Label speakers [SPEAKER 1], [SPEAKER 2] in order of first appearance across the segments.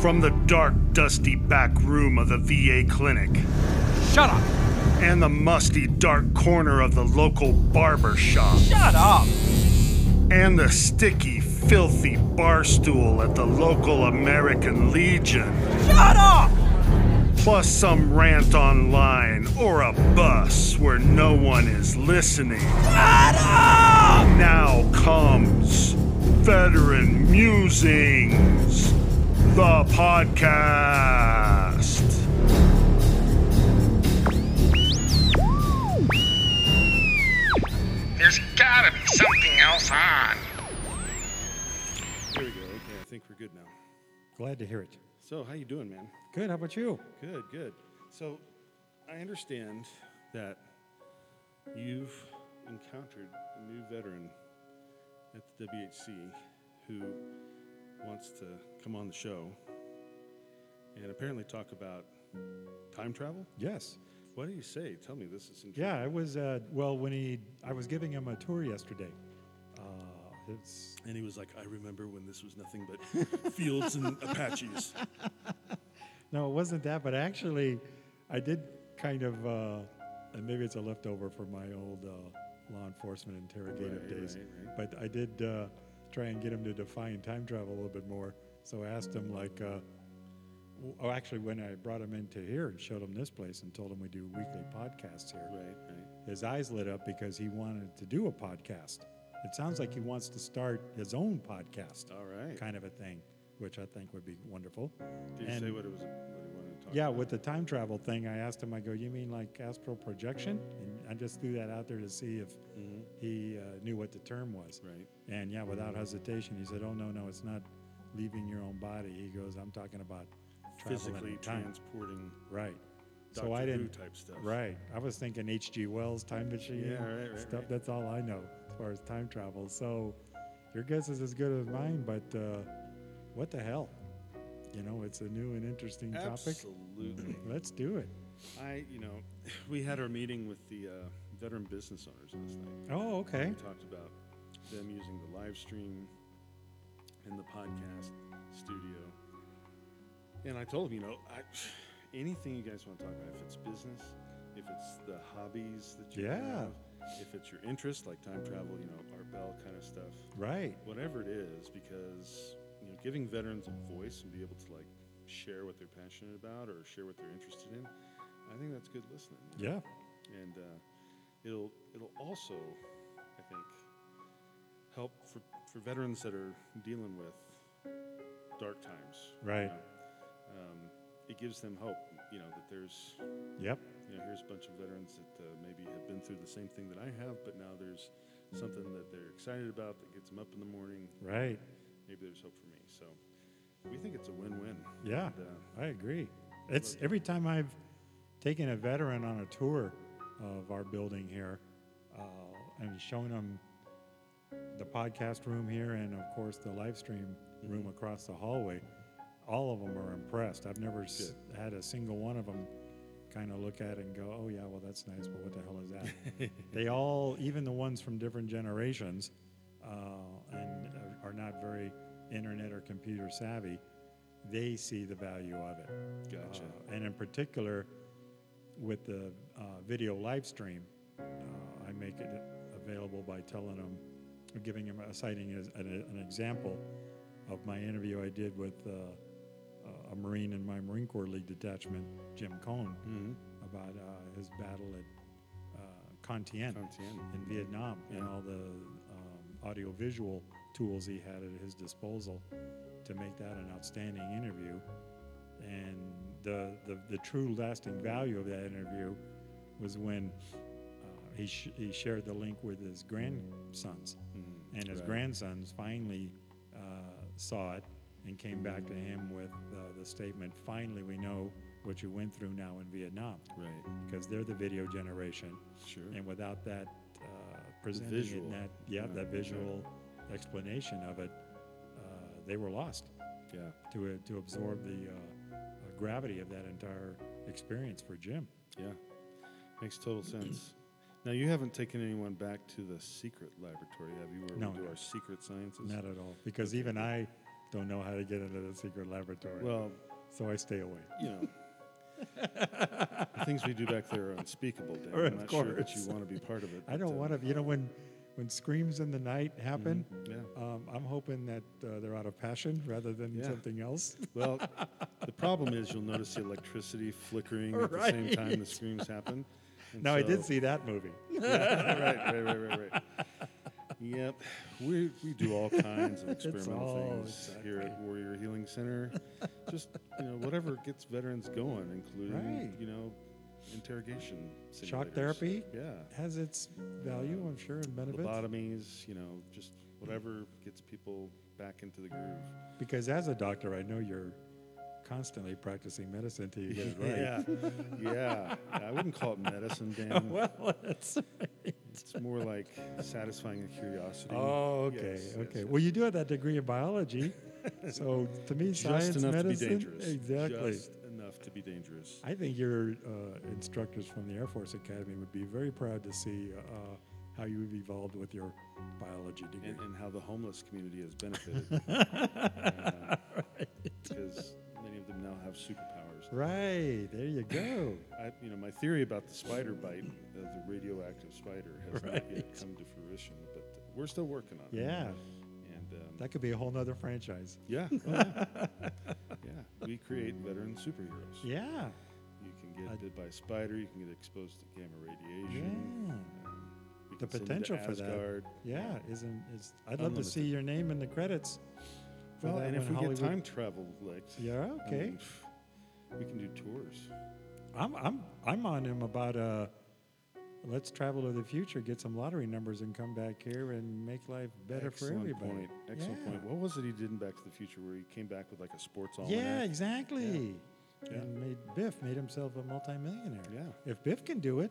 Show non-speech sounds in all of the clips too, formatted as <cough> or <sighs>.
[SPEAKER 1] from the dark, dusty back room of the VA clinic
[SPEAKER 2] Shut up!
[SPEAKER 1] and the musty, dark corner of the local barber shop
[SPEAKER 2] Shut up!
[SPEAKER 1] and the sticky, filthy bar stool at the local American Legion.
[SPEAKER 2] Shut up!
[SPEAKER 1] plus some rant online or a bus where no one is listening.
[SPEAKER 2] Shut up!
[SPEAKER 1] Now comes Veteran Musings, the podcast.
[SPEAKER 3] There's gotta be something else on.
[SPEAKER 4] There we go. Okay, I think we're good now.
[SPEAKER 5] Glad to hear it.
[SPEAKER 4] So, how you doing, man?
[SPEAKER 5] Good. How about you?
[SPEAKER 4] Good, good. So, I understand that you've encountered a new veteran at the WHC who wants to come on the show and apparently talk about time travel.
[SPEAKER 5] Yes.
[SPEAKER 4] What do you say? Tell me this is intriguing.
[SPEAKER 5] Yeah, I was. Uh, well, when he, I was giving him a tour yesterday. Uh, it's
[SPEAKER 4] And he was like, I remember when this was nothing but fields
[SPEAKER 5] <laughs>
[SPEAKER 4] and Apaches.
[SPEAKER 5] no, it wasn't that, but actually, I did kind of, uh, and maybe it's a leftover from my old uh, law enforcement interrogative
[SPEAKER 4] Right,
[SPEAKER 5] days.
[SPEAKER 4] right,
[SPEAKER 5] But I did uh, try and get him to define time travel a little bit more. So I asked him like, uh, w- oh, actually, when I brought him into here and showed him this place and told him we do weekly podcasts here.
[SPEAKER 4] Right, right.
[SPEAKER 5] his eyes lit up because he wanted to do a podcast. It sounds like he wants to start his own podcast,
[SPEAKER 4] Mm. All right.
[SPEAKER 5] kind of a thing, which I think would be wonderful.
[SPEAKER 4] Did you
[SPEAKER 5] And-
[SPEAKER 4] say what it was? What he wanted to talk
[SPEAKER 5] Yeah,
[SPEAKER 4] about?
[SPEAKER 5] with the time travel thing, I asked him, I go, you mean like astral projection? And I just threw that out there to see if he uh, knew what the term was.
[SPEAKER 4] Mm-hmm. Right.
[SPEAKER 5] And yeah, without hesitation, he said, oh, no, no, it's not leaving your own body. He goes, I'm talking about traveling in
[SPEAKER 4] physically
[SPEAKER 5] time.
[SPEAKER 4] transporting.
[SPEAKER 5] Right.
[SPEAKER 4] Doctor
[SPEAKER 5] so I
[SPEAKER 4] Who
[SPEAKER 5] didn't
[SPEAKER 4] type stuff.
[SPEAKER 5] Right. I was thinking H.G. Wells time machine
[SPEAKER 4] Yeah, right, right,
[SPEAKER 5] stuff.
[SPEAKER 4] right.
[SPEAKER 5] That's all I know as far as time travel. So your guess is as good as mine, but uh, what the hell? You know, it's a new and interesting topic.
[SPEAKER 4] Absolutely.
[SPEAKER 5] Let's do it.
[SPEAKER 4] I, you know, <sighs> we had our meeting with the uh, veteran business owners last night.
[SPEAKER 5] Oh, okay.
[SPEAKER 4] We talked about them using the live stream and the podcast studio. And I told them, you know, I, <sighs> anything you guys want to talk about, if it's business, if it's the hobbies that you
[SPEAKER 5] Yeah.
[SPEAKER 4] have, if it's your interest, like time travel, you know, Art Bell kind of stuff.
[SPEAKER 5] Right.
[SPEAKER 4] whatever it is because you know giving veterans a voice and be able to like share what they're passionate about or share what they're interested in i think that's good listening
[SPEAKER 5] Yeah.
[SPEAKER 4] and uh, it'll it'll also i think help for, for veterans that are dealing with dark times you
[SPEAKER 5] Right.
[SPEAKER 4] know. um, it gives them hope you know that there's
[SPEAKER 5] Yep.
[SPEAKER 4] you know, here's a bunch of veterans that uh, maybe have been through the same thing that i have but now there's something that they're excited about that gets them up in the morning
[SPEAKER 5] Right.
[SPEAKER 4] maybe there's hope for me. So we think it's a win-win.
[SPEAKER 5] Yeah.
[SPEAKER 4] And, uh,
[SPEAKER 5] I agree. It's every time I've taken a veteran on a tour of our building here uh, and shown them the podcast room here and, of course, the live stream
[SPEAKER 4] Mm-hmm.
[SPEAKER 5] room across the hallway, all of them are impressed. I've never s- had a single one of them kind of look at it and go, oh, yeah, well, that's nice, but what the hell is that? they all, even the ones from different generations, uh, and uh, are- are not very internet or computer savvy, they see the value of it.
[SPEAKER 4] Gotcha.
[SPEAKER 5] Uh, and in particular, with the uh, video live stream, uh, I make it available by telling them, or giving them, a citing as an, an example of my interview I did with uh, a Marine in my Marine Corps League detachment, Jim Cohn, about uh, his battle at uh, Contien
[SPEAKER 4] Con Tien.
[SPEAKER 5] in Vietnam and all the um, audiovisual tools he had at his disposal to make that an outstanding interview. And the, the, the true lasting value of that interview was when uh, he, sh- he shared the link with his grandsons.
[SPEAKER 4] Mm-hmm.
[SPEAKER 5] and his grandsons finally uh, saw it and came back to him with uh, the statement finally, we know what you went through now in Vietnam.
[SPEAKER 4] Right.
[SPEAKER 5] Because they're the video generation.
[SPEAKER 4] Sure.
[SPEAKER 5] And without that uh, presenting it
[SPEAKER 4] visual.
[SPEAKER 5] in that, yeah,
[SPEAKER 4] Yeah,
[SPEAKER 5] that
[SPEAKER 4] yeah.
[SPEAKER 5] visual explanation of it, uh, they were lost
[SPEAKER 4] Yeah.
[SPEAKER 5] to, to absorb the uh, uh, gravity of that entire experience for Jim.
[SPEAKER 4] Yeah. Makes total sense. <clears throat> Now you haven't taken anyone back to the secret laboratory, have you? Where
[SPEAKER 5] No,
[SPEAKER 4] we do
[SPEAKER 5] no.
[SPEAKER 4] our secret sciences.
[SPEAKER 5] Not at all. Because even I don't know how to get into the secret laboratory.
[SPEAKER 4] Well,
[SPEAKER 5] so I stay away.
[SPEAKER 4] you
[SPEAKER 5] <laughs>
[SPEAKER 4] know, the things we do back there are unspeakable, Dan.
[SPEAKER 5] Of
[SPEAKER 4] I'm not sure that you
[SPEAKER 5] course.
[SPEAKER 4] want to be part of it. uh,
[SPEAKER 5] I don't want to, you know, when when screams in the night happen,
[SPEAKER 4] Mm-hmm. yeah.
[SPEAKER 5] um, I'm hoping that uh, they're out of passion rather than
[SPEAKER 4] Yeah.
[SPEAKER 5] something else.
[SPEAKER 4] Well, the problem is you'll notice the electricity
[SPEAKER 5] <laughs>
[SPEAKER 4] flickering at the same time the
[SPEAKER 5] Right.
[SPEAKER 4] screams happen. <laughs> And
[SPEAKER 5] Now I
[SPEAKER 4] so-
[SPEAKER 5] did see that movie.
[SPEAKER 4] <laughs> right, right, right, right, right. Yep, we, we do all
[SPEAKER 5] <laughs>
[SPEAKER 4] kinds of experimental
[SPEAKER 5] all
[SPEAKER 4] things here at Warrior Healing Center. Just you know, whatever gets veterans going, including
[SPEAKER 5] Right.
[SPEAKER 4] you know, interrogation,
[SPEAKER 5] Shock
[SPEAKER 4] simulators.
[SPEAKER 5] therapy
[SPEAKER 4] yeah,
[SPEAKER 5] has its value, I'm sure, and benefits.
[SPEAKER 4] lobotomies, you know, just whatever gets people back into the groove.
[SPEAKER 5] Because as a doctor, I know you're constantly practicing medicine till you get it right.
[SPEAKER 4] <laughs> Yeah, yeah. I wouldn't call it
[SPEAKER 5] <laughs>
[SPEAKER 4] medicine, Dan. <laughs>
[SPEAKER 5] Well, that's right.
[SPEAKER 4] It's more like satisfying a curiosity.
[SPEAKER 5] Oh, okay,
[SPEAKER 4] Yes, yes,
[SPEAKER 5] okay.
[SPEAKER 4] yes.
[SPEAKER 5] Well, you do have that degree in <laughs> biology, so to me, science,
[SPEAKER 4] just enough
[SPEAKER 5] medicine,
[SPEAKER 4] to be dangerous.
[SPEAKER 5] exactly.
[SPEAKER 4] Just enough to be dangerous.
[SPEAKER 5] I think your uh, instructors from the Air Force Academy would be very proud to see uh, how you've evolved with your biology degree.
[SPEAKER 4] And, and how the homeless community has
[SPEAKER 5] <laughs>
[SPEAKER 4] benefited. Uh, Because many of them now have superpowers.
[SPEAKER 5] right there, you go.
[SPEAKER 4] I, you know, my theory about the spider bite, uh, the radioactive spider, has not yet come to fruition, but we're still working on
[SPEAKER 5] yeah,
[SPEAKER 4] it. And, um,
[SPEAKER 5] that could be a whole nother franchise. <laughs>
[SPEAKER 4] yeah, oh, yeah. yeah, we create veteran superheroes.
[SPEAKER 5] Yeah,
[SPEAKER 4] You can get
[SPEAKER 5] I-
[SPEAKER 4] bit by a spider. You can get exposed to gamma
[SPEAKER 5] yeah.
[SPEAKER 4] radiation. um, we
[SPEAKER 5] The
[SPEAKER 4] can send you to
[SPEAKER 5] potential for that.
[SPEAKER 4] Asgard.
[SPEAKER 5] Yeah, isn't is? I'd love to
[SPEAKER 4] Unlimited.
[SPEAKER 5] see your name in the credits. for
[SPEAKER 4] Well,
[SPEAKER 5] that
[SPEAKER 4] and if
[SPEAKER 5] when
[SPEAKER 4] we
[SPEAKER 5] Hollywood-
[SPEAKER 4] get time travel, like
[SPEAKER 5] Yeah,
[SPEAKER 4] I
[SPEAKER 5] okay.
[SPEAKER 4] mean, pff, we can do tours.
[SPEAKER 5] I'm I'm I'm on him about uh let's travel to the future, get some lottery numbers and come back here and make life better
[SPEAKER 4] Excellent
[SPEAKER 5] for everybody.
[SPEAKER 4] Point. Excellent
[SPEAKER 5] yeah.
[SPEAKER 4] point. What was it he did in Back to the Future where he came back with like a sports almanac?
[SPEAKER 5] Yeah, exactly.
[SPEAKER 4] Yeah.
[SPEAKER 5] And made Biff made himself a multimillionaire.
[SPEAKER 4] Yeah.
[SPEAKER 5] If Biff can do it,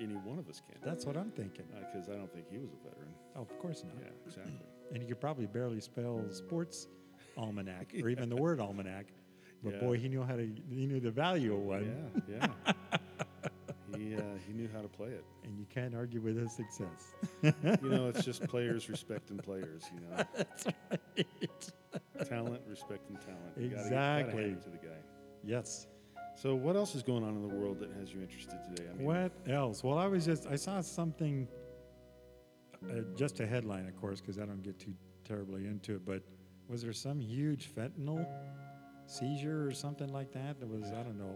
[SPEAKER 4] Any one of us can.
[SPEAKER 5] that's what I'm thinking.
[SPEAKER 4] Because I don't think he was a veteran.
[SPEAKER 5] Oh, of course not.
[SPEAKER 4] Yeah, exactly.
[SPEAKER 5] And he could probably barely spell sports
[SPEAKER 4] <laughs>
[SPEAKER 5] almanac or even the word almanac. But boy,
[SPEAKER 4] Yeah.
[SPEAKER 5] he knew how to he knew the value of one.
[SPEAKER 4] yeah, yeah.
[SPEAKER 5] <laughs>
[SPEAKER 4] he uh, he knew how to play it.
[SPEAKER 5] And you can't argue with his
[SPEAKER 4] <laughs>
[SPEAKER 5] success. <laughs>
[SPEAKER 4] You know, it's just players respecting players. You know,
[SPEAKER 5] That's right.
[SPEAKER 4] talent respecting talent. You gotta- Gotta,
[SPEAKER 5] Exactly.
[SPEAKER 4] hand it to the guy.
[SPEAKER 5] yes.
[SPEAKER 4] So, what else is going on in the world that has you interested today? I mean,
[SPEAKER 5] What else? Well, I was just I saw something, uh, just a headline, of course, because I don't get too terribly into it. But was there some huge fentanyl seizure or something like that? That was I don't know.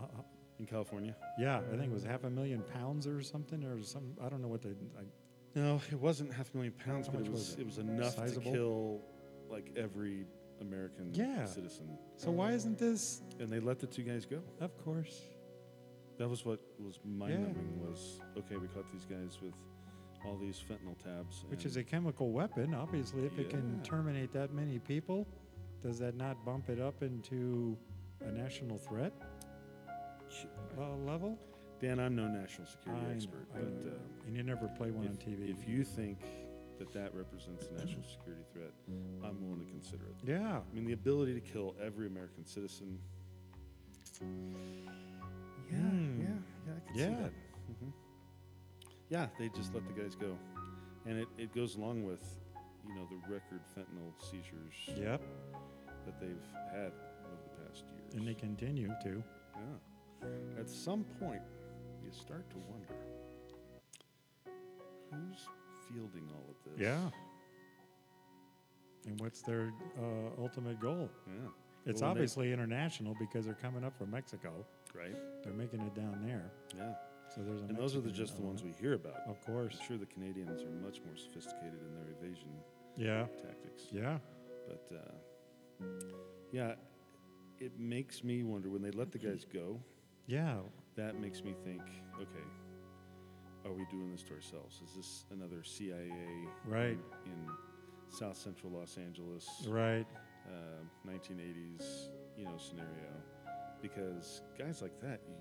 [SPEAKER 5] uh, uh,
[SPEAKER 4] in California?
[SPEAKER 5] Yeah, I think it was half a million pounds or something, or some I don't know what they. I,
[SPEAKER 4] No, it wasn't half a million pounds, but
[SPEAKER 5] much
[SPEAKER 4] it was,
[SPEAKER 5] was it?
[SPEAKER 4] it? was enough
[SPEAKER 5] Sizable?
[SPEAKER 4] to kill like every American
[SPEAKER 5] Yeah.
[SPEAKER 4] citizen.
[SPEAKER 5] so why isn't this?
[SPEAKER 4] And they let the two guys go.
[SPEAKER 5] Of course.
[SPEAKER 4] That was what was mind
[SPEAKER 5] Yeah.
[SPEAKER 4] numbing was okay, we caught these guys with all these fentanyl tabs.
[SPEAKER 5] Which
[SPEAKER 4] and
[SPEAKER 5] is a chemical weapon, obviously. If it can
[SPEAKER 4] Yeah.
[SPEAKER 5] terminate that many people, does that not bump it up into a national threat uh, level?
[SPEAKER 4] Dan, I'm no national security
[SPEAKER 5] I know,
[SPEAKER 4] expert,
[SPEAKER 5] I
[SPEAKER 4] but
[SPEAKER 5] know.
[SPEAKER 4] um,
[SPEAKER 5] and you never play one
[SPEAKER 4] if,
[SPEAKER 5] on TV.
[SPEAKER 4] if you think that that represents a national security threat, I'm willing to consider it.
[SPEAKER 5] yeah,
[SPEAKER 4] I mean, the ability to kill every American citizen. Yeah, yeah, yeah, I can
[SPEAKER 5] Yeah.
[SPEAKER 4] see that. hmm Yeah, they just let the guys go. And it, it goes along with, you know, the record fentanyl seizures
[SPEAKER 5] yep,
[SPEAKER 4] that they've had over the past years.
[SPEAKER 5] and they continue to.
[SPEAKER 4] yeah. At some point, you start to wonder who's fielding all of this?
[SPEAKER 5] And what's their uh, ultimate goal?
[SPEAKER 4] Yeah.
[SPEAKER 5] It's
[SPEAKER 4] Well, when they-
[SPEAKER 5] obviously international because they're coming up from Mexico.
[SPEAKER 4] right?
[SPEAKER 5] They're making it down there.
[SPEAKER 4] Yeah.
[SPEAKER 5] So there's a
[SPEAKER 4] And those are the,
[SPEAKER 5] Mexican
[SPEAKER 4] just the ones we
[SPEAKER 5] element.
[SPEAKER 4] hear about.
[SPEAKER 5] Of course.
[SPEAKER 4] I'm sure the Canadians are much more sophisticated in their evasion
[SPEAKER 5] Yeah.
[SPEAKER 4] tactics.
[SPEAKER 5] Yeah.
[SPEAKER 4] But uh, yeah, it makes me wonder when they let the guys go,
[SPEAKER 5] Yeah.
[SPEAKER 4] that makes me think, okay, are we doing this to ourselves? Is this another CIA
[SPEAKER 5] Right.
[SPEAKER 4] in, in South Central Los Angeles,
[SPEAKER 5] Right.
[SPEAKER 4] uh, 1980s, you know, scenario? Because guys like that, you,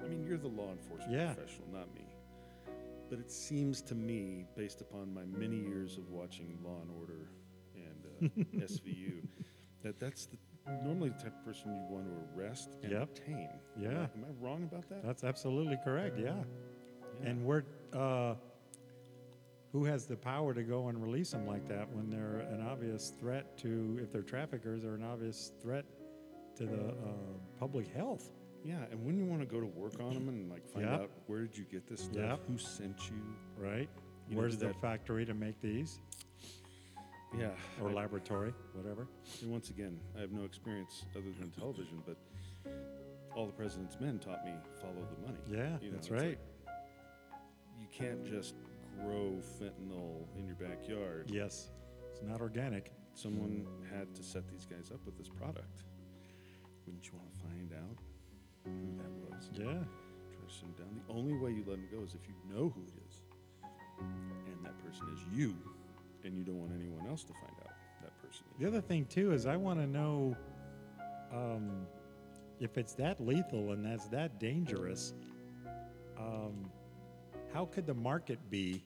[SPEAKER 4] I mean, you're the law enforcement
[SPEAKER 5] Yeah.
[SPEAKER 4] professional, not me. But it seems to me, based upon my many years of watching Law and Order
[SPEAKER 5] <laughs>
[SPEAKER 4] and uh, SVU, that that's the, normally the type of person you want to arrest and
[SPEAKER 5] Yep.
[SPEAKER 4] detain. Am I-
[SPEAKER 5] Yeah. Uh,
[SPEAKER 4] Am I wrong about that?
[SPEAKER 5] That's absolutely correct. Yeah.
[SPEAKER 4] Yeah.
[SPEAKER 5] And we're uh, who has the power to go and release them like that when they're an obvious threat to, if they're traffickers, they're an obvious threat to the uh, public health?
[SPEAKER 4] Yeah, and wouldn't you want to go to work on them and like find
[SPEAKER 5] Yep.
[SPEAKER 4] out where did you get this stuff?
[SPEAKER 5] Yep.
[SPEAKER 4] Who sent you?
[SPEAKER 5] Right?
[SPEAKER 4] You know,
[SPEAKER 5] Where's
[SPEAKER 4] did
[SPEAKER 5] the
[SPEAKER 4] that-
[SPEAKER 5] factory to make these?
[SPEAKER 4] Yeah.
[SPEAKER 5] Or
[SPEAKER 4] I-
[SPEAKER 5] laboratory, whatever.
[SPEAKER 4] and once again, I have no experience other than television, but all the president's men taught me follow the money.
[SPEAKER 5] Yeah,
[SPEAKER 4] You know,
[SPEAKER 5] that's
[SPEAKER 4] it's like,
[SPEAKER 5] right.
[SPEAKER 4] you can't just grow fentanyl in your backyard.
[SPEAKER 5] yes. It's not organic.
[SPEAKER 4] Someone
[SPEAKER 5] mm-hmm.
[SPEAKER 4] had to set these guys up with this product. Wouldn't you want to find out who that was?
[SPEAKER 5] Yeah.
[SPEAKER 4] Trace them down. The only way you let them go is if you know who it is, and that person is you, and you don't want anyone else to find out that person. Is.
[SPEAKER 5] The other thing too is I want to know um, if it's that lethal and that's that dangerous. Um, how could the market be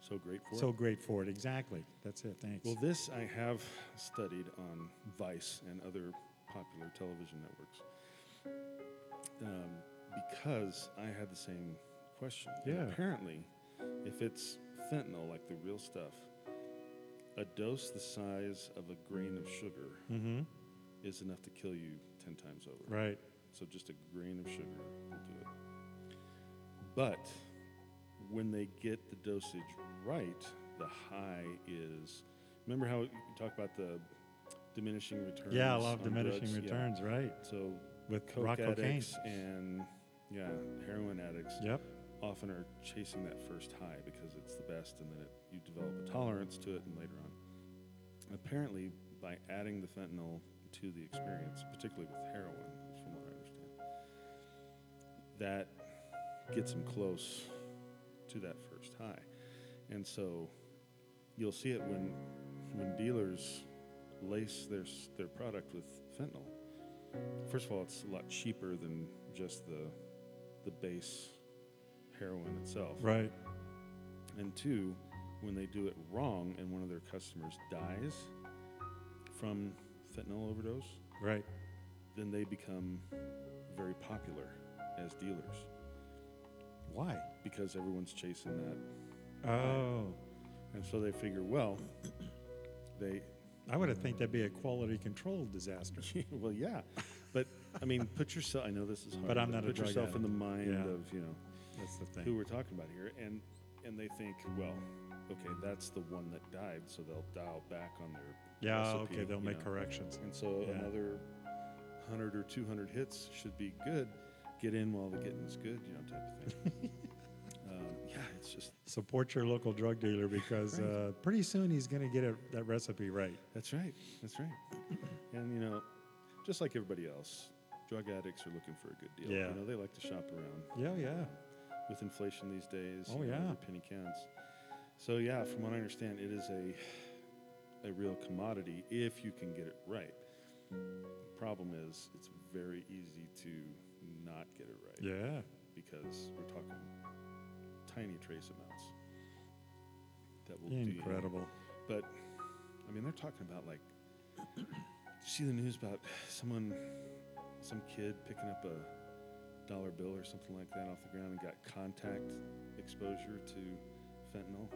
[SPEAKER 4] So great for.
[SPEAKER 5] so
[SPEAKER 4] it.
[SPEAKER 5] great for it? Exactly. That's it. Thanks.
[SPEAKER 4] Well, this I have studied on Vice and other popular television networks, um, because I had the same question. And
[SPEAKER 5] Yeah.
[SPEAKER 4] apparently, if it's fentanyl, like the real stuff, a dose the size of a grain of sugar is enough to kill you ten times over.
[SPEAKER 5] Mm-hmm. right.
[SPEAKER 4] So just a grain of sugar will do it. But when they get the dosage right, the high is. Remember how you talk about the diminishing returns?
[SPEAKER 5] Yeah, I love
[SPEAKER 4] on
[SPEAKER 5] diminishing
[SPEAKER 4] drugs? Yeah.
[SPEAKER 5] returns. Right.
[SPEAKER 4] So
[SPEAKER 5] With
[SPEAKER 4] coke
[SPEAKER 5] rock cocaine.
[SPEAKER 4] addicts and yeah, heroin addicts
[SPEAKER 5] Yep.
[SPEAKER 4] often are chasing that first high because it's the best, and then it, you develop a tolerance to it, and later on. Apparently, by adding the fentanyl to the experience, particularly with heroin, from what I understand, that gets them close to that first high, and so you'll see it when when dealers lace their s- their product with fentanyl. First of all, it's a lot cheaper than just the the base heroin itself.
[SPEAKER 5] Right.
[SPEAKER 4] And two, when they do it wrong and one of their customers dies from fentanyl overdose,
[SPEAKER 5] Right.
[SPEAKER 4] then they become very popular as dealers
[SPEAKER 5] Why?
[SPEAKER 4] because everyone's chasing that.
[SPEAKER 5] Oh,
[SPEAKER 4] And so they figure, well, they
[SPEAKER 5] I would have think that'd be a quality control
[SPEAKER 4] <laughs>
[SPEAKER 5] disaster.
[SPEAKER 4] well, yeah, but I mean,
[SPEAKER 5] <laughs>
[SPEAKER 4] put yourself. I know this is hard,
[SPEAKER 5] But I'm not a
[SPEAKER 4] put
[SPEAKER 5] drug
[SPEAKER 4] yourself in the
[SPEAKER 5] addict.
[SPEAKER 4] mind
[SPEAKER 5] Yeah.
[SPEAKER 4] of you know
[SPEAKER 5] That's the
[SPEAKER 4] who
[SPEAKER 5] thing.
[SPEAKER 4] we're talking about here, and and they think, well, okay, that's the one that died, so they'll dial back on their
[SPEAKER 5] Yeah.
[SPEAKER 4] recipe,
[SPEAKER 5] Okay. They'll
[SPEAKER 4] you
[SPEAKER 5] make
[SPEAKER 4] know.
[SPEAKER 5] corrections.
[SPEAKER 4] and so
[SPEAKER 5] Yeah.
[SPEAKER 4] another hundred or two hundred hits should be good. Get in while the getting's good, you know, type of thing.
[SPEAKER 5] <laughs>
[SPEAKER 4] um, yeah, it's just
[SPEAKER 5] Support your local drug dealer
[SPEAKER 4] <laughs>
[SPEAKER 5] because uh, pretty soon he's going to get it, that recipe right.
[SPEAKER 4] that's right, that's right, and you know, just like everybody else, drug addicts are looking for a good deal.
[SPEAKER 5] Yeah.
[SPEAKER 4] you know, they like to shop around.
[SPEAKER 5] Yeah, yeah.
[SPEAKER 4] with inflation these days.
[SPEAKER 5] Oh,
[SPEAKER 4] you know,
[SPEAKER 5] yeah.
[SPEAKER 4] every penny counts. So yeah, from what I understand, it is a a real commodity if you can get it right. Problem is, it's very easy to not get it right
[SPEAKER 5] Yeah.
[SPEAKER 4] because we're talking tiny trace amounts that will do you in.
[SPEAKER 5] Incredible.
[SPEAKER 4] But I mean, they're talking about like. <clears throat> Did you see the news about someone, some kid picking up a dollar bill or something like that off the ground and got contact exposure to fentanyl,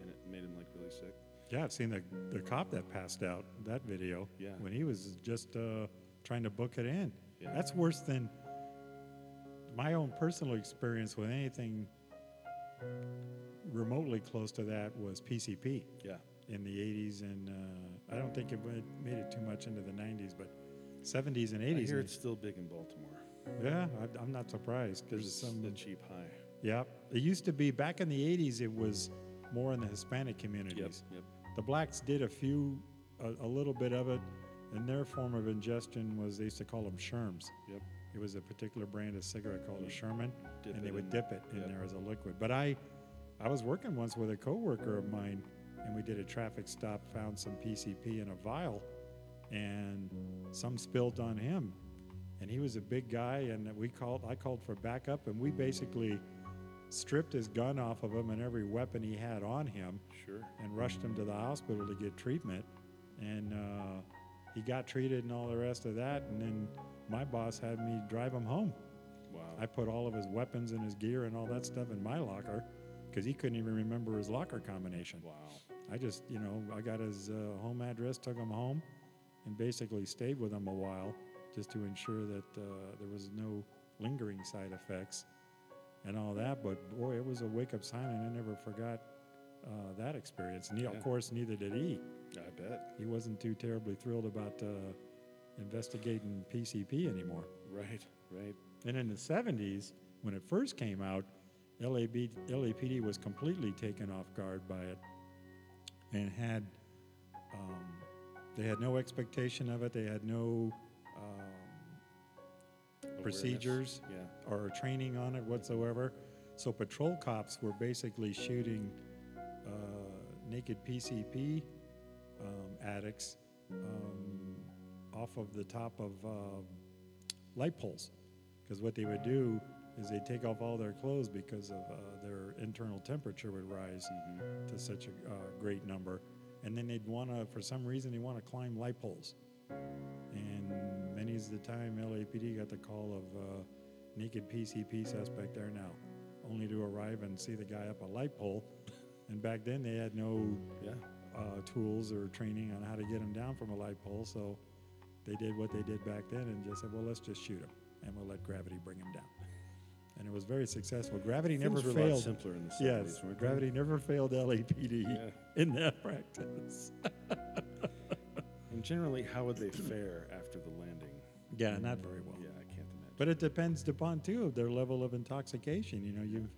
[SPEAKER 4] and it made him like really sick.
[SPEAKER 5] Yeah, I've seen the, the cop that passed out, that video.
[SPEAKER 4] Yeah.
[SPEAKER 5] When he was just uh, trying to book it in.
[SPEAKER 4] Yeah.
[SPEAKER 5] That's worse than my own personal experience with anything remotely close to that was PCP
[SPEAKER 4] Yeah.
[SPEAKER 5] in the 80s. And uh, I don't think it went- made it too much into the 90s, but 70s and 80s.
[SPEAKER 4] I hear
[SPEAKER 5] and-
[SPEAKER 4] it's still big in Baltimore.
[SPEAKER 5] yeah, I, I'm not surprised because
[SPEAKER 4] There's
[SPEAKER 5] some
[SPEAKER 4] a cheap high.
[SPEAKER 5] Yep. It used to be back in the 80s, it was more in the Hispanic communities.
[SPEAKER 4] yep.
[SPEAKER 5] The blacks did a few, a, a little bit of it, and their form of ingestion was they used to call them sherms.
[SPEAKER 4] Yep.
[SPEAKER 5] It was a particular brand of cigarette called a Sherman,
[SPEAKER 4] Dip
[SPEAKER 5] and
[SPEAKER 4] it
[SPEAKER 5] they would
[SPEAKER 4] in-
[SPEAKER 5] dip it in
[SPEAKER 4] yep.
[SPEAKER 5] there as a liquid. But I, I was working once with a coworker of mine, and we did a traffic stop, found some PCP in a vial, and some spilled on him, and he was a big guy, and we called. I called for backup, and we basically stripped his gun off of him and every weapon he had on him,
[SPEAKER 4] Sure.
[SPEAKER 5] and rushed him to the hospital to get treatment. And uh, he got treated and all the rest of that. And then my boss had me drive him home.
[SPEAKER 4] Wow.
[SPEAKER 5] I put all of his weapons and his gear and all that stuff in my locker because he couldn't even remember his locker combination. Wow. I just, you know, I got his uh, home address, took him home, and basically stayed with him a while just to ensure that uh, there was no lingering side effects and all that. But boy, it was a wake up sign, and I never forgot uh, that experience. Ne- Of course, neither did he.
[SPEAKER 4] I bet.
[SPEAKER 5] He wasn't too terribly thrilled about uh, investigating PCP anymore.
[SPEAKER 4] Right, right.
[SPEAKER 5] And in the 70s, when it first came out, LAB, LAPD was completely taken off guard by it and had, um, they had no expectation of it. They had no um,
[SPEAKER 4] Awareness.
[SPEAKER 5] procedures
[SPEAKER 4] Yeah.
[SPEAKER 5] or training on it whatsoever. So patrol cops were basically shooting uh, naked PCP um, addicts um, off of the top of um light poles. Because what they would do is they'd take off all their clothes because of uh, their internal temperature would rise to such a uh, great number. And then they'd want to, for some reason, they want to climb light poles. And many's the time LAPD got the call of uh, naked PCP suspect there now, only to arrive and see the guy up a light pole. And back then they had no
[SPEAKER 4] Yeah.
[SPEAKER 5] uh, tools or training on how to get him down from a light pole, so they did what they did back then and just said, well, let's just shoot him and we'll let gravity bring him down. And it was very successful. Gravity
[SPEAKER 4] Things
[SPEAKER 5] never
[SPEAKER 4] were a lot
[SPEAKER 5] failed.
[SPEAKER 4] simpler in the 70s,
[SPEAKER 5] yes,
[SPEAKER 4] weren't they?
[SPEAKER 5] gravity never failed LAPD
[SPEAKER 4] Yeah.
[SPEAKER 5] in that practice.
[SPEAKER 4] And generally, how would they fare after the landing?
[SPEAKER 5] Yeah, not very well.
[SPEAKER 4] Yeah, I can't imagine.
[SPEAKER 5] But it depends upon too of their level of intoxication. You know, you've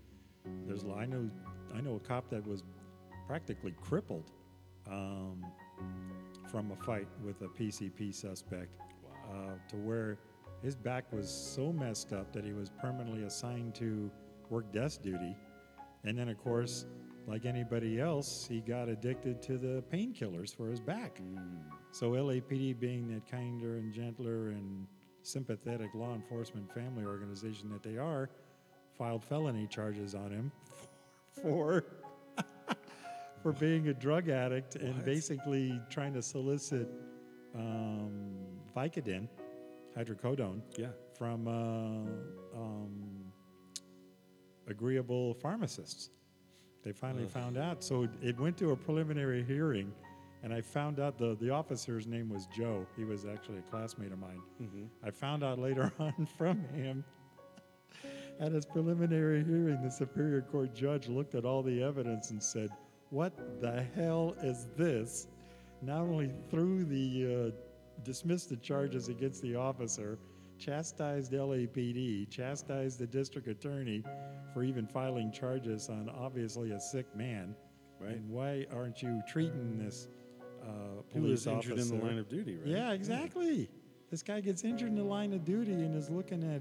[SPEAKER 5] there's I know I know a cop that was practically crippled um, from a fight with a PCP suspect uh, to where his back was so messed up that he was permanently assigned to work desk duty. And then, of course, like anybody else, he got addicted to the painkillers for his back. So LAPD, being that kinder and gentler and sympathetic law enforcement family organization that they are, filed felony charges on him <laughs> for <laughs> for being a drug addict and basically trying to solicit um, Vicodin, hydrocodone,
[SPEAKER 4] Yeah.
[SPEAKER 5] from uh, um, agreeable pharmacists. They finally found out. So it went to a preliminary hearing, and I found out the, the officer's name was Joe. He was actually a classmate of mine. I found out later <laughs> on from him at his preliminary hearing, the Superior Court judge looked at all the evidence and said, What the hell is this? Not only threw the, uh, dismissed the charges against the officer, chastised LAPD, chastised the district attorney for even filing charges on obviously a sick man.
[SPEAKER 4] Right.
[SPEAKER 5] And why aren't you treating this uh,
[SPEAKER 4] Who was
[SPEAKER 5] police
[SPEAKER 4] injured in the
[SPEAKER 5] officer?
[SPEAKER 4] line of duty, right?
[SPEAKER 5] Yeah, exactly. This guy gets injured in the line of duty and is looking at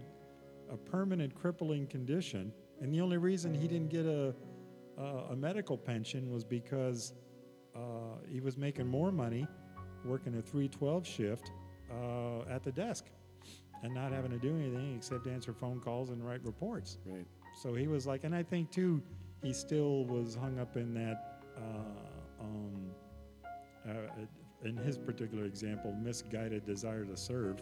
[SPEAKER 5] a permanent crippling condition. And the only reason he didn't get a a, a medical pension was because uh, he was making more money working a 312 shift uh, at the desk and not having to do anything except answer phone calls and write reports.
[SPEAKER 4] Right.
[SPEAKER 5] So he was like, and I think too, he still was hung up in that, uh, um, uh, in his particular example, misguided desire to serve,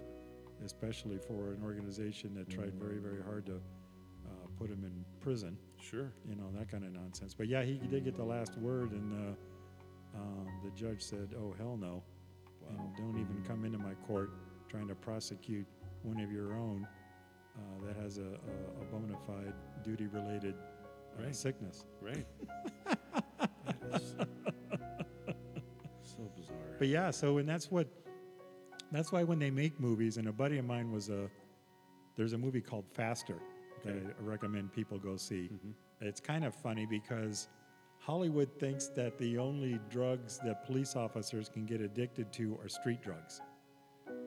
[SPEAKER 5] especially for an organization that tried very, very hard to uh, put him in prison,
[SPEAKER 4] Sure.
[SPEAKER 5] you know, that kind of nonsense. But yeah, he did get the last word, and uh, um, the judge said, oh, hell no. And don't even come into my court trying to prosecute one of your own uh, that has a, a, a bona fide duty related uh,
[SPEAKER 4] Right.
[SPEAKER 5] sickness. <laughs>
[SPEAKER 4] Right. that is so bizarre.
[SPEAKER 5] But yeah, so and that's what that's why when they make movies, and a buddy of mine was a there's a movie called Faster that I recommend people go see. It's kind of funny because Hollywood thinks that the only drugs that police officers can get addicted to are street drugs.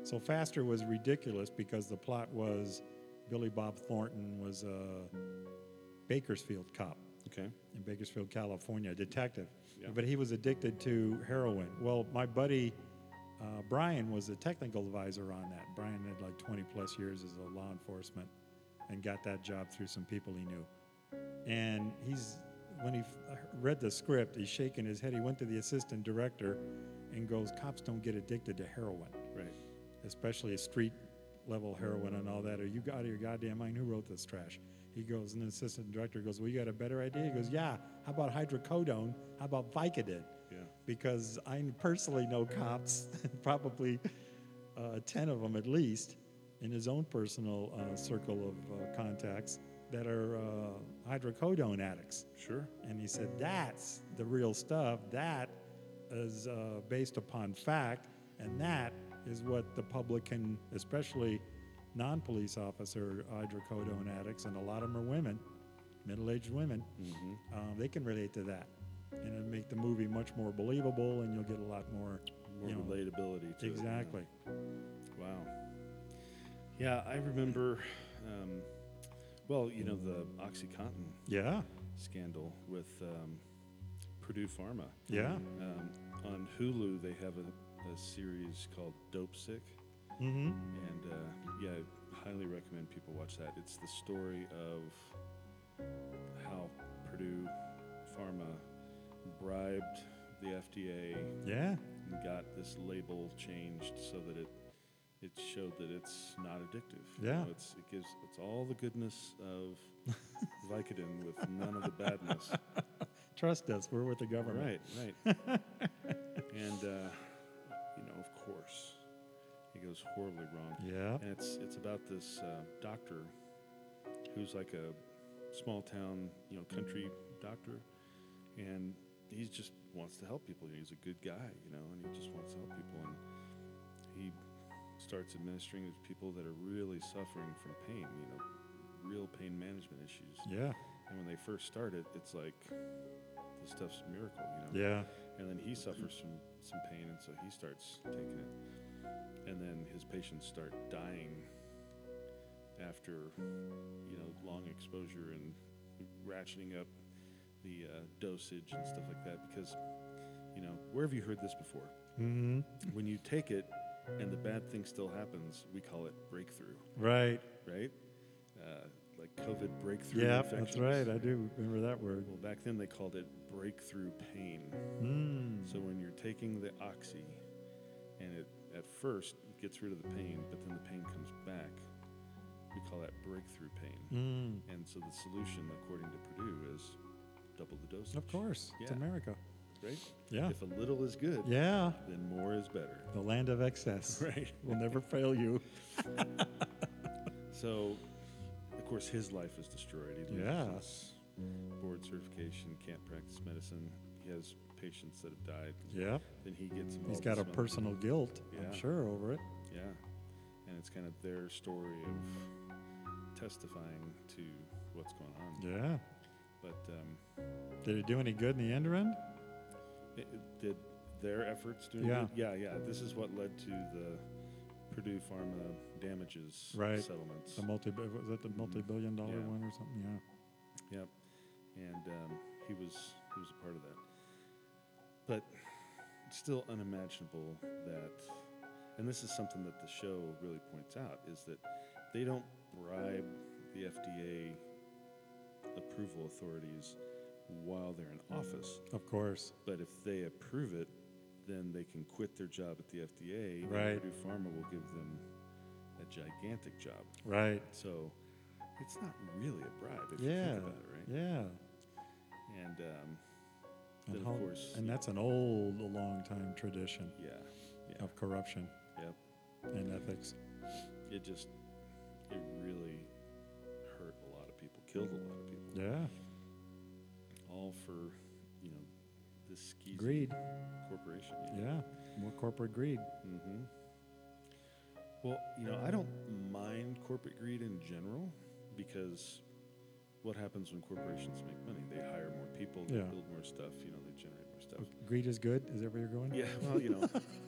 [SPEAKER 5] So Faster was ridiculous because the plot was Billy Bob Thornton was a Bakersfield cop
[SPEAKER 4] okay.
[SPEAKER 5] in Bakersfield, California, a detective. But he was addicted to heroin. Well, my buddy uh, Brian was a technical advisor on that. Brian had like 20 plus years as a law enforcement and got that job through some people he knew. And he's when he f- uh, read the script, he's shaking his head. He went to the assistant director and goes, "Cops don't get addicted to heroin."
[SPEAKER 4] Right.
[SPEAKER 5] especially street level heroin and all that. Are you out of your goddamn mind? Who wrote this trash? He goes, and the assistant director goes, Well, you got a better idea? He goes, Yeah, how about hydrocodone? How about Vicodin?
[SPEAKER 4] Yeah.
[SPEAKER 5] Because I personally know cops, <laughs> probably uh, 10 of them at least, in his own personal uh, circle of uh, contacts that are uh, hydrocodone addicts.
[SPEAKER 4] Sure.
[SPEAKER 5] And he said, That's the real stuff. That is uh, based upon fact. And that is what the public can, especially non police officer hydrocodone addicts, and a lot of them are women, middle aged women, um, they can relate to that. And it'll make the movie much more believable, and you'll get a lot more,
[SPEAKER 4] More
[SPEAKER 5] you know,
[SPEAKER 4] relatability to it, yeah.
[SPEAKER 5] Exactly.
[SPEAKER 4] Wow. Yeah, I remember. Um, well, you know the OxyContin
[SPEAKER 5] Yeah.
[SPEAKER 4] scandal with um, Purdue Pharma.
[SPEAKER 5] Yeah.
[SPEAKER 4] Um, on Hulu, they have a, a series called Dope Sick,
[SPEAKER 5] Mm-hmm.
[SPEAKER 4] and uh, yeah, I highly recommend people watch that. It's the story of how Purdue Pharma bribed the FDA
[SPEAKER 5] Yeah.
[SPEAKER 4] and got this label changed so that it it showed that it's not addictive. You
[SPEAKER 5] Yeah.
[SPEAKER 4] know, it's it gives it's all the goodness of Vicodin with none of the
[SPEAKER 5] <laughs>
[SPEAKER 4] badness.
[SPEAKER 5] Trust us, we're with the government.
[SPEAKER 4] right, right. and uh, you know, of course, it goes horribly wrong.
[SPEAKER 5] Yeah.
[SPEAKER 4] And it's it's about this uh, doctor who's like a small town, you know, country doctor, and he just wants to help people. He's a good guy, you know, and he just wants to help people. And he starts administering to people that are really suffering from pain, you know, real pain management issues.
[SPEAKER 5] Yeah.
[SPEAKER 4] And when they first start it, it's like this stuff's a miracle, you know.
[SPEAKER 5] Yeah.
[SPEAKER 4] And then he suffers from some pain, and so he starts taking it. And then his patients start dying after, you know, long exposure and ratcheting up the uh, dosage and stuff like that. Because, you know, where have you heard this before?
[SPEAKER 5] Mm-hmm.
[SPEAKER 4] When you take it and the bad thing still happens, we call it breakthrough,
[SPEAKER 5] Right.
[SPEAKER 4] right? Uh, like COVID breakthrough
[SPEAKER 5] Yeah, that's
[SPEAKER 4] infections.
[SPEAKER 5] right. I do remember that word.
[SPEAKER 4] Well, back then they called it breakthrough pain.
[SPEAKER 5] Mm.
[SPEAKER 4] So when you're taking the oxy, and it at first gets rid of the pain, but then the pain comes back, we call that breakthrough pain.
[SPEAKER 5] Mm.
[SPEAKER 4] And so the solution, according to Purdue, is double the dosage.
[SPEAKER 5] Of course, it's
[SPEAKER 4] Yeah.
[SPEAKER 5] America.
[SPEAKER 4] right?
[SPEAKER 5] Yeah.
[SPEAKER 4] If a little is good,
[SPEAKER 5] Yeah.
[SPEAKER 4] then more is better.
[SPEAKER 5] The land of excess.
[SPEAKER 4] Right.
[SPEAKER 5] Will never fail you.
[SPEAKER 4] So, of course, his life is destroyed. He loses
[SPEAKER 5] Yeah.
[SPEAKER 4] his board certification, can't practice medicine. He has patients that have died.
[SPEAKER 5] Yeah.
[SPEAKER 4] Then he gets involved.
[SPEAKER 5] He's
[SPEAKER 4] in
[SPEAKER 5] got a
[SPEAKER 4] some other-
[SPEAKER 5] personal guilt,
[SPEAKER 4] Yeah.
[SPEAKER 5] I'm sure, over it.
[SPEAKER 4] Yeah. And it's kind of their story of testifying to what's going on.
[SPEAKER 5] Yeah.
[SPEAKER 4] But um,
[SPEAKER 5] Did it do any good in the end end?
[SPEAKER 4] it, it did their efforts do?
[SPEAKER 5] Yeah.
[SPEAKER 4] good? Yeah, yeah. This is what led to the Purdue Pharma damages
[SPEAKER 5] Right.
[SPEAKER 4] settlements.
[SPEAKER 5] The multi was that the multi billion dollar
[SPEAKER 4] Yeah.
[SPEAKER 5] one or something? Yeah.
[SPEAKER 4] Yep. And um, he was he was a part of that. But it's still unimaginable that and this is something that the show really points out is that they don't bribe the FDA approval authorities while they're in office.
[SPEAKER 5] Of course.
[SPEAKER 4] But if they approve it, then they can quit their job at the FDA. and
[SPEAKER 5] Right.
[SPEAKER 4] Purdue Pharma will give them a gigantic job.
[SPEAKER 5] Right.
[SPEAKER 4] So it's not really a bribe if you
[SPEAKER 5] Yeah.
[SPEAKER 4] think about it, right?
[SPEAKER 5] Yeah.
[SPEAKER 4] And um,
[SPEAKER 5] And,
[SPEAKER 4] then,
[SPEAKER 5] how-
[SPEAKER 4] of course,
[SPEAKER 5] and that's an old, a long time tradition
[SPEAKER 4] yeah, yeah,
[SPEAKER 5] of corruption
[SPEAKER 4] yep.
[SPEAKER 5] and ethics.
[SPEAKER 4] It just, it really hurt a lot of people, killed a lot of people,
[SPEAKER 5] Yeah.
[SPEAKER 4] all for, you know, this skeezy
[SPEAKER 5] Greed.
[SPEAKER 4] corporation.
[SPEAKER 5] Yeah. More corporate greed.
[SPEAKER 4] Mm-hmm. Well, you know, I don't mind corporate greed in general because what happens when corporations make money? They hire more people, they
[SPEAKER 5] Yeah.
[SPEAKER 4] build more stuff, you know, they generate more stuff.
[SPEAKER 5] Greed is good. Is that where you're going?
[SPEAKER 4] Yeah, well, you know,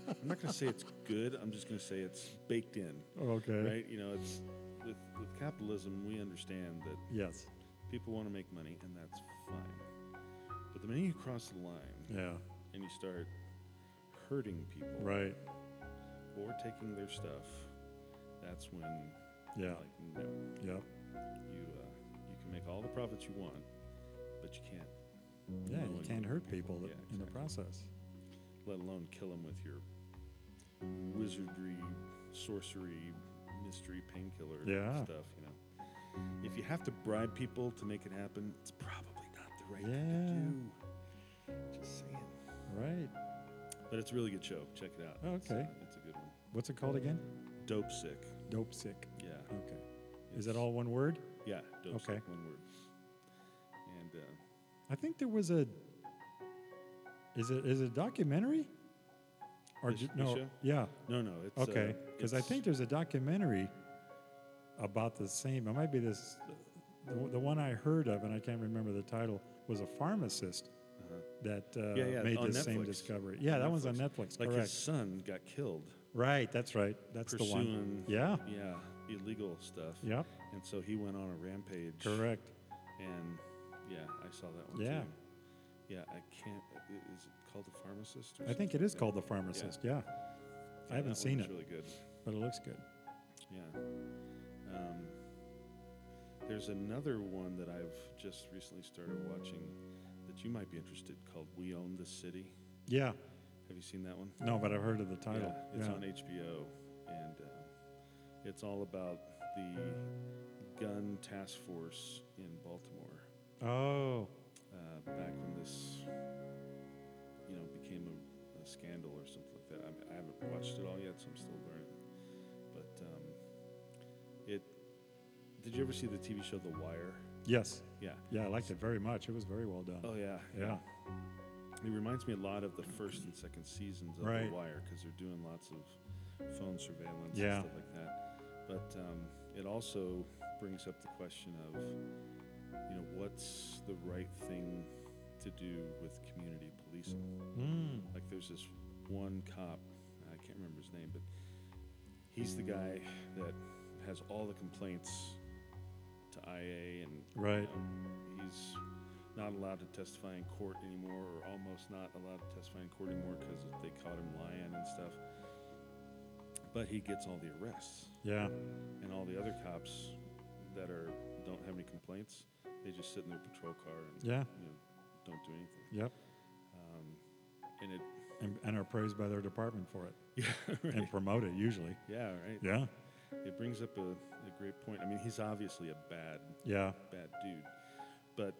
[SPEAKER 4] I'm not going to say it's good. I'm just going to say it's baked in.
[SPEAKER 5] Okay.
[SPEAKER 4] Right? You know, it's with, with capitalism, we understand that
[SPEAKER 5] Yes.
[SPEAKER 4] people want to make money, and that's fine. But the minute you cross the line
[SPEAKER 5] Yeah.
[SPEAKER 4] and you start hurting people
[SPEAKER 5] Right.
[SPEAKER 4] or taking their stuff, that's when,
[SPEAKER 5] Yeah.
[SPEAKER 4] like, no,
[SPEAKER 5] Yep.
[SPEAKER 4] you uh, you can make all the profits you want, but you can't,
[SPEAKER 5] Yeah, you
[SPEAKER 4] knowing-
[SPEAKER 5] can't hurt people
[SPEAKER 4] Oh,
[SPEAKER 5] that,
[SPEAKER 4] Yeah,
[SPEAKER 5] in the
[SPEAKER 4] exactly.
[SPEAKER 5] process.
[SPEAKER 4] let alone kill them with your wizardry, sorcery, mystery painkiller
[SPEAKER 5] Yeah.
[SPEAKER 4] stuff. You know, if you have to bribe people to make it happen, it's probably not the right thing to do. Just saying.
[SPEAKER 5] Right.
[SPEAKER 4] But it's a really good show. Check it out. It's, uh,
[SPEAKER 5] Okay.
[SPEAKER 4] it's a good one.
[SPEAKER 5] What's it called again?
[SPEAKER 4] Dope sick.
[SPEAKER 5] Dope sick.
[SPEAKER 4] Yeah.
[SPEAKER 5] Okay. Is it all one word?
[SPEAKER 4] Yeah. Dope
[SPEAKER 5] Okay.
[SPEAKER 4] sick. One word. And uh,
[SPEAKER 5] I think there was a. Is it is it a documentary? Or
[SPEAKER 4] This-
[SPEAKER 5] ju-
[SPEAKER 4] this
[SPEAKER 5] no?
[SPEAKER 4] show?
[SPEAKER 5] Yeah.
[SPEAKER 4] no, no. It's uh,
[SPEAKER 5] Okay. Because I
[SPEAKER 4] it's-
[SPEAKER 5] think uh, there's a documentary about the same. It might be this. The, one- the one I heard of, and I can't remember the title, was a pharmacist that uh,
[SPEAKER 4] Uh-huh. yeah, yeah,
[SPEAKER 5] made
[SPEAKER 4] on
[SPEAKER 5] this same
[SPEAKER 4] Netflix.
[SPEAKER 5] discovery. Yeah, that one's on Netflix.
[SPEAKER 4] Like
[SPEAKER 5] correct.
[SPEAKER 4] his son got killed
[SPEAKER 5] Right. That's right. That's the one.
[SPEAKER 4] pursuing.
[SPEAKER 5] Yeah.
[SPEAKER 4] Yeah. Illegal stuff.
[SPEAKER 5] Yep.
[SPEAKER 4] And so he went on a rampage.
[SPEAKER 5] Correct.
[SPEAKER 4] And yeah, I saw that one
[SPEAKER 5] Yeah.
[SPEAKER 4] too. Yeah, I can't. i- Is it called The Pharmacist? Or
[SPEAKER 5] I think
[SPEAKER 4] something?
[SPEAKER 5] it is
[SPEAKER 4] Yeah.
[SPEAKER 5] called The Pharmacist. Yeah.
[SPEAKER 4] Yeah,
[SPEAKER 5] I haven't
[SPEAKER 4] that
[SPEAKER 5] seen
[SPEAKER 4] one was
[SPEAKER 5] it,
[SPEAKER 4] really good.
[SPEAKER 5] but it looks good.
[SPEAKER 4] Yeah. Um, there's another one that I've just recently started watching that you might be interested called We Own the City.
[SPEAKER 5] Yeah.
[SPEAKER 4] Have you seen that one?
[SPEAKER 5] No, but I've heard of the title.
[SPEAKER 4] Yeah, it's on HBO, and uh, it's all about the gun task force in Baltimore
[SPEAKER 5] Oh,
[SPEAKER 4] uh, back when this, you know, became a, a scandal or something like that. I, mean, I haven't watched it all yet, so I'm still learning. But um, it. Did you ever see the TV show The Wire?
[SPEAKER 5] yes.
[SPEAKER 4] Yeah.
[SPEAKER 5] Yeah, I liked it very much. It was very well done.
[SPEAKER 4] Oh yeah.
[SPEAKER 5] yeah.
[SPEAKER 4] It reminds me a lot of the first and second seasons of
[SPEAKER 5] Right.
[SPEAKER 4] The Wire because they're doing lots of phone surveillance
[SPEAKER 5] Yeah.
[SPEAKER 4] and stuff like that. But um, it also brings up the question of, you know, what's the right thing to do with community policing?
[SPEAKER 5] Hmm.
[SPEAKER 4] Like, there's this one cop, I can't remember his name, but he's the guy that has all the complaints to IA and
[SPEAKER 5] Right.
[SPEAKER 4] um, he's not allowed to testify in court anymore, or almost not allowed to testify in court anymore because they caught him lying and stuff. But he gets all the arrests,
[SPEAKER 5] Yeah.
[SPEAKER 4] and all the other cops that are don't have any complaints. They just sit in their patrol car and
[SPEAKER 5] Yeah.
[SPEAKER 4] you know, don't do anything.
[SPEAKER 5] Yep.
[SPEAKER 4] And it,
[SPEAKER 5] And, and are praised by their department for it
[SPEAKER 4] <laughs> yeah, right.
[SPEAKER 5] and promote it usually.
[SPEAKER 4] yeah, right.
[SPEAKER 5] Yeah.
[SPEAKER 4] It brings up a, a great point. I mean, he's obviously a bad
[SPEAKER 5] Yeah.
[SPEAKER 4] bad dude. But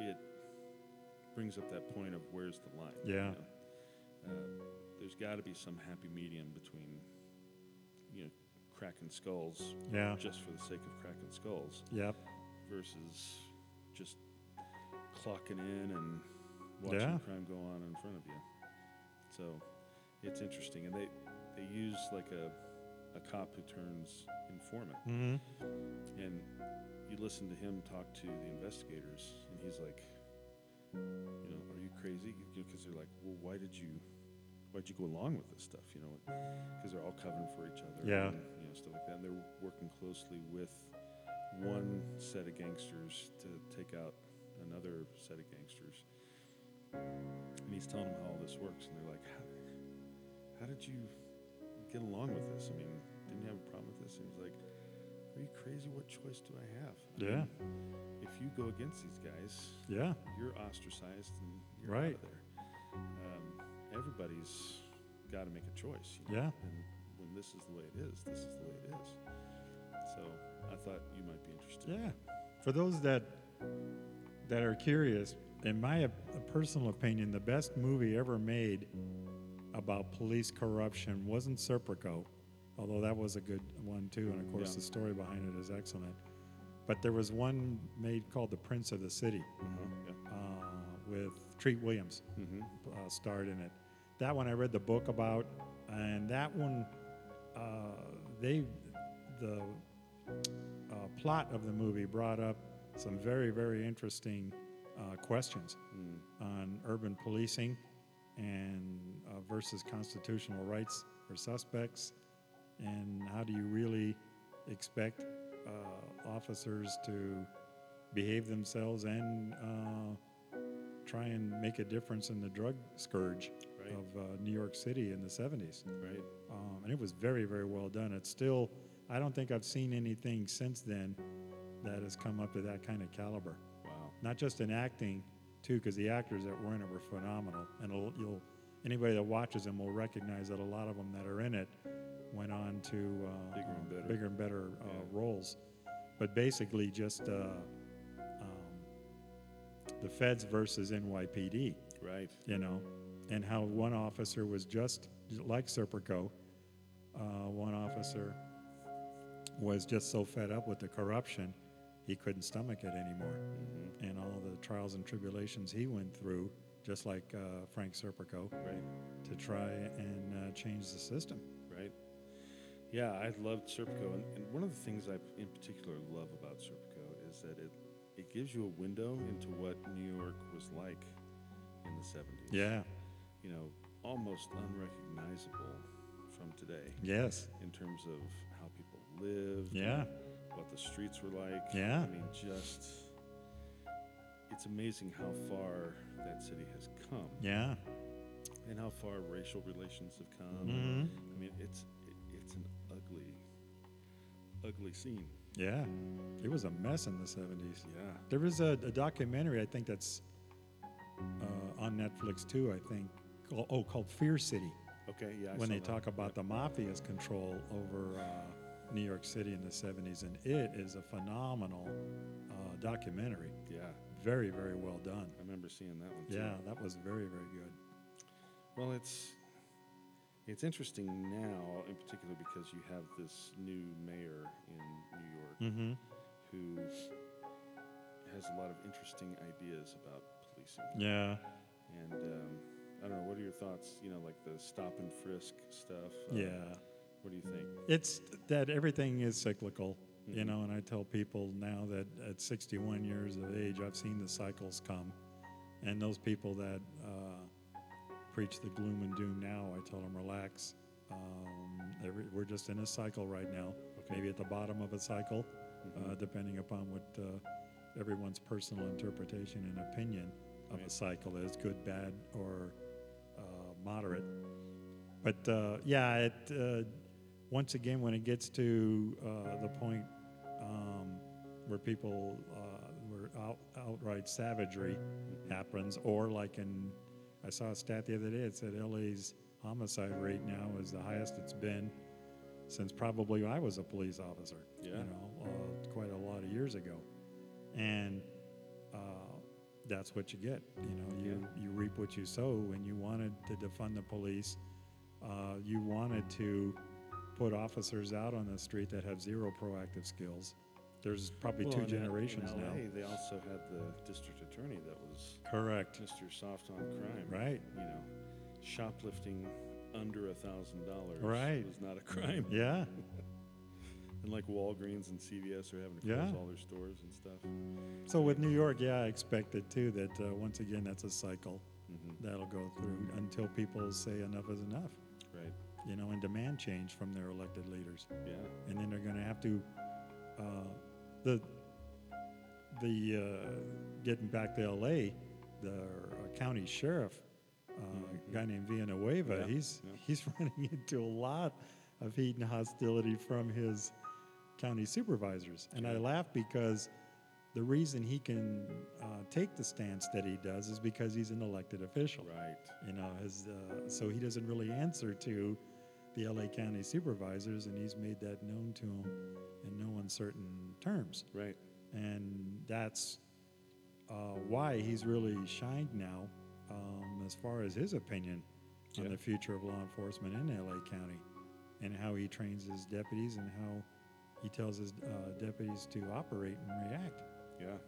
[SPEAKER 4] it brings up that point of where's the line? you
[SPEAKER 5] Yeah.
[SPEAKER 4] know? Uh, there's got to be some happy medium between, you know, cracking skulls
[SPEAKER 5] Yeah.
[SPEAKER 4] just for the sake of cracking skulls
[SPEAKER 5] Yep.
[SPEAKER 4] versus just clocking in and watching
[SPEAKER 5] Yeah.
[SPEAKER 4] crime go on in front of you. So it's interesting, and they they use like a a cop who turns informant,
[SPEAKER 5] Mm-hmm.
[SPEAKER 4] and you listen to him talk to the investigators, and he's like, you know, are you crazy? Because they're like, well, why did you? Why'd you go along with this stuff? You know, because they're all covering for each other.
[SPEAKER 5] Yeah.
[SPEAKER 4] and, you know, stuff like that. And they're working closely with one set of gangsters to take out another set of gangsters. And he's telling them how all this works, and they're like, how, how did you get along with this? I mean, didn't you have a problem with this? And he's like, Are you crazy? What choice do I have? I
[SPEAKER 5] Yeah.
[SPEAKER 4] mean, if you go against these guys,
[SPEAKER 5] Yeah.
[SPEAKER 4] you're ostracized and you're out
[SPEAKER 5] Right.
[SPEAKER 4] of there. Um, everybody's got to make a choice. you know?
[SPEAKER 5] Yeah.
[SPEAKER 4] And when this is the way it is, this is the way it is. So I thought you might be interested.
[SPEAKER 5] Yeah. For those that that are curious, in my op- personal opinion, the best movie ever made about police corruption wasn't Serpico, although that was a good one too, and of course
[SPEAKER 4] Yeah.
[SPEAKER 5] the story behind it is excellent. But there was one made called The Prince of the City
[SPEAKER 4] Uh-huh, yeah.
[SPEAKER 5] uh, with Treat Williams uh, starred in it. That one I read the book about, and that one uh, they the uh, plot of the movie brought up some very very interesting uh, questions on urban policing and uh, versus constitutional rights for suspects, and how do you really expect uh, officers to behave themselves and uh, try and make a difference in the drug scourge
[SPEAKER 4] Right.
[SPEAKER 5] of uh, New York City in the 70s.
[SPEAKER 4] Right.
[SPEAKER 5] Um, and it was very, very well done. It's still, I don't think I've seen anything since then that has come up to that kind of caliber.
[SPEAKER 4] Wow.
[SPEAKER 5] Not just in acting, too, because the actors that were in it were phenomenal. And it'll, you'll, anybody that watches them will recognize that a lot of them that are in it went on to uh,
[SPEAKER 4] Bigger and
[SPEAKER 5] uh,
[SPEAKER 4] better.
[SPEAKER 5] bigger and better uh, roles. But but basically just uh, um, the feds versus NYPD
[SPEAKER 4] Right.
[SPEAKER 5] you know, and how one officer was just like Serpico. Uh, one officer was just so fed up with the corruption, he couldn't stomach it anymore, and all the trials and tribulations he went through, just like uh, Frank Serpico,
[SPEAKER 4] Right.
[SPEAKER 5] to try and uh, change the system.
[SPEAKER 4] Right. Yeah, I loved Serpico, and, and one of the things I in particular love about Serpico is that it it gives you a window into what New York was like in the '70s.
[SPEAKER 5] Yeah.
[SPEAKER 4] You know, almost unrecognizable from today
[SPEAKER 5] Yes.
[SPEAKER 4] in terms of how people lived.
[SPEAKER 5] Yeah.
[SPEAKER 4] What the streets were like.
[SPEAKER 5] Yeah.
[SPEAKER 4] I mean, just it's amazing how far that city has come
[SPEAKER 5] Yeah.
[SPEAKER 4] and how far racial relations have come.
[SPEAKER 5] Mm-hmm.
[SPEAKER 4] I mean, it's it, it's an ugly, ugly scene.
[SPEAKER 5] Yeah. It was a mess in the '70s.
[SPEAKER 4] Yeah.
[SPEAKER 5] There was a, a documentary I think that's uh, on Netflix too. I think oh, oh, called Fear City
[SPEAKER 4] Okay. Yeah. I
[SPEAKER 5] when
[SPEAKER 4] saw
[SPEAKER 5] they
[SPEAKER 4] that.
[SPEAKER 5] talk about the mafia's control over uh, New York City in the '70s, and it is a phenomenal uh, documentary.
[SPEAKER 4] Yeah,
[SPEAKER 5] Very very well done.
[SPEAKER 4] I remember seeing that one. Too.
[SPEAKER 5] Yeah, that was very very good.
[SPEAKER 4] Well, it's it's interesting now, in particular, because you have this new mayor in New York
[SPEAKER 5] Mm-hmm.
[SPEAKER 4] who has a lot of interesting ideas about policing.
[SPEAKER 5] Yeah.
[SPEAKER 4] And um, I don't know. What are your thoughts? You know, like the stop and frisk stuff. uh,
[SPEAKER 5] Yeah.
[SPEAKER 4] What do you think?
[SPEAKER 5] It's that everything is cyclical, you know, and I tell people now that at 61 years of age, I've seen the cycles come. And those people that uh, preach the gloom and doom now, I tell them, relax. Um, every, we're just in a cycle right now, maybe at the bottom of a cycle, uh, depending upon what uh, everyone's personal interpretation and opinion of a cycle is good, bad, or uh, moderate. But uh, yeah, it, uh, once again, when it gets to uh, the point um, where people, uh, where out, outright savagery happens, or like in, I saw a stat the other day, it said LA's homicide rate now is the highest it's been since probably I was a police officer, you
[SPEAKER 4] Yeah.
[SPEAKER 5] know, uh, quite a lot of years ago. And uh, that's what you get. You know, you, you reap what you sow, and you wanted to defund the police. Uh, you wanted to put officers out on the street that have zero proactive skills. There's probably
[SPEAKER 4] Well,
[SPEAKER 5] two
[SPEAKER 4] in L- in
[SPEAKER 5] generations
[SPEAKER 4] LA,
[SPEAKER 5] now.
[SPEAKER 4] They also had the district attorney that was
[SPEAKER 5] Correct.
[SPEAKER 4] Mr. Soft on Crime.
[SPEAKER 5] Right.
[SPEAKER 4] You know, shoplifting under a thousand dollars
[SPEAKER 5] Right.
[SPEAKER 4] was not a crime.
[SPEAKER 5] Yeah.
[SPEAKER 4] And like Walgreens and CVS are having to close
[SPEAKER 5] Yeah.
[SPEAKER 4] all their stores and stuff.
[SPEAKER 5] So with New York, yeah, I expected too that uh, once again that's a cycle
[SPEAKER 4] Mm-hmm.
[SPEAKER 5] that'll go through until people say enough is enough,
[SPEAKER 4] Right.
[SPEAKER 5] you know, and demand change from their elected leaders.
[SPEAKER 4] Yeah.
[SPEAKER 5] and then they're going to have to uh, the the uh, getting back to L.A. The uh, county sheriff, uh, a guy named Villanueva,
[SPEAKER 4] Mm-hmm. Yeah,
[SPEAKER 5] he's
[SPEAKER 4] yeah.
[SPEAKER 5] he's <laughs> running into a lot of heat and hostility from his county supervisors, and I laugh because. The reason he can uh, take the stance that he does is because he's an elected official
[SPEAKER 4] Right.
[SPEAKER 5] you know, his, uh, so he doesn't really answer to the LA County supervisors, and he's made that known to him in no uncertain terms.
[SPEAKER 4] Right.
[SPEAKER 5] And that's uh, why he's really shined now um, as far as his opinion on
[SPEAKER 4] Yeah.
[SPEAKER 5] the future of law enforcement in LA County and how he trains his deputies and how he tells his uh, deputies to operate and react
[SPEAKER 4] Yeah.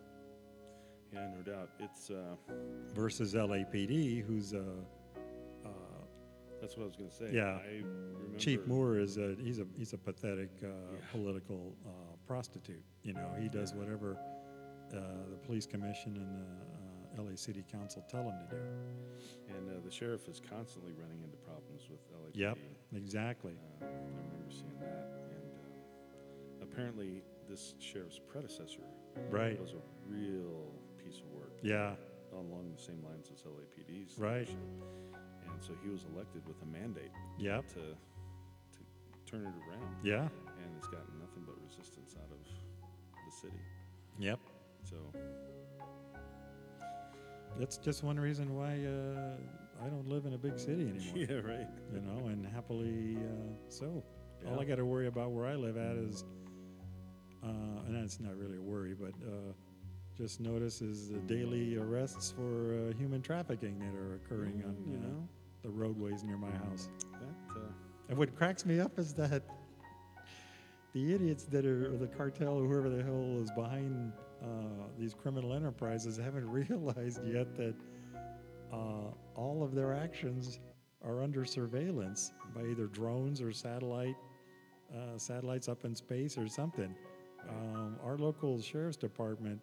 [SPEAKER 4] Yeah, no doubt. It's uh,
[SPEAKER 5] versus LAPD, who's uh,
[SPEAKER 4] that's what I was gonna say.
[SPEAKER 5] Yeah.
[SPEAKER 4] I remember
[SPEAKER 5] Chief Moore is a he's a he's a pathetic uh, political uh, prostitute. You know, he does whatever uh, the police commission and the uh, LA City Council tell him to do.
[SPEAKER 4] and uh, the sheriff is constantly running into problems with LAPD.
[SPEAKER 5] Yep, exactly.
[SPEAKER 4] Uh, I remember seeing that. And um, apparently, this sheriff's predecessor
[SPEAKER 5] Right.
[SPEAKER 4] was a real piece of work
[SPEAKER 5] Yeah,
[SPEAKER 4] along the same lines as LAPD's.
[SPEAKER 5] Right.
[SPEAKER 4] leadership. And so he was elected with a mandate
[SPEAKER 5] yep,
[SPEAKER 4] to, to turn it around.
[SPEAKER 5] yeah,
[SPEAKER 4] And it's gotten nothing but resistance out of the city.
[SPEAKER 5] yep.
[SPEAKER 4] So,
[SPEAKER 5] <laughs> That's just one reason why uh, I don't live in a big
[SPEAKER 4] <laughs>
[SPEAKER 5] city anymore.
[SPEAKER 4] yeah, right.
[SPEAKER 5] you know, and happily uh, so. All
[SPEAKER 4] Yeah.
[SPEAKER 5] I got to worry about where I live at is uh, uh, and that's not really a worry, but uh, just notice is the daily arrests for uh, human trafficking that are occurring on
[SPEAKER 4] Mm, you
[SPEAKER 5] uh,
[SPEAKER 4] know. Mm.
[SPEAKER 5] the roadways near my house.
[SPEAKER 4] That, uh,
[SPEAKER 5] And what cracks me up is that the idiots that are or the cartel or whoever the hell is behind uh, these criminal enterprises haven't <laughs> realized yet that uh, all of their actions are under surveillance by either drones or satellite uh, satellites up in space or something. Um, our local sheriff's department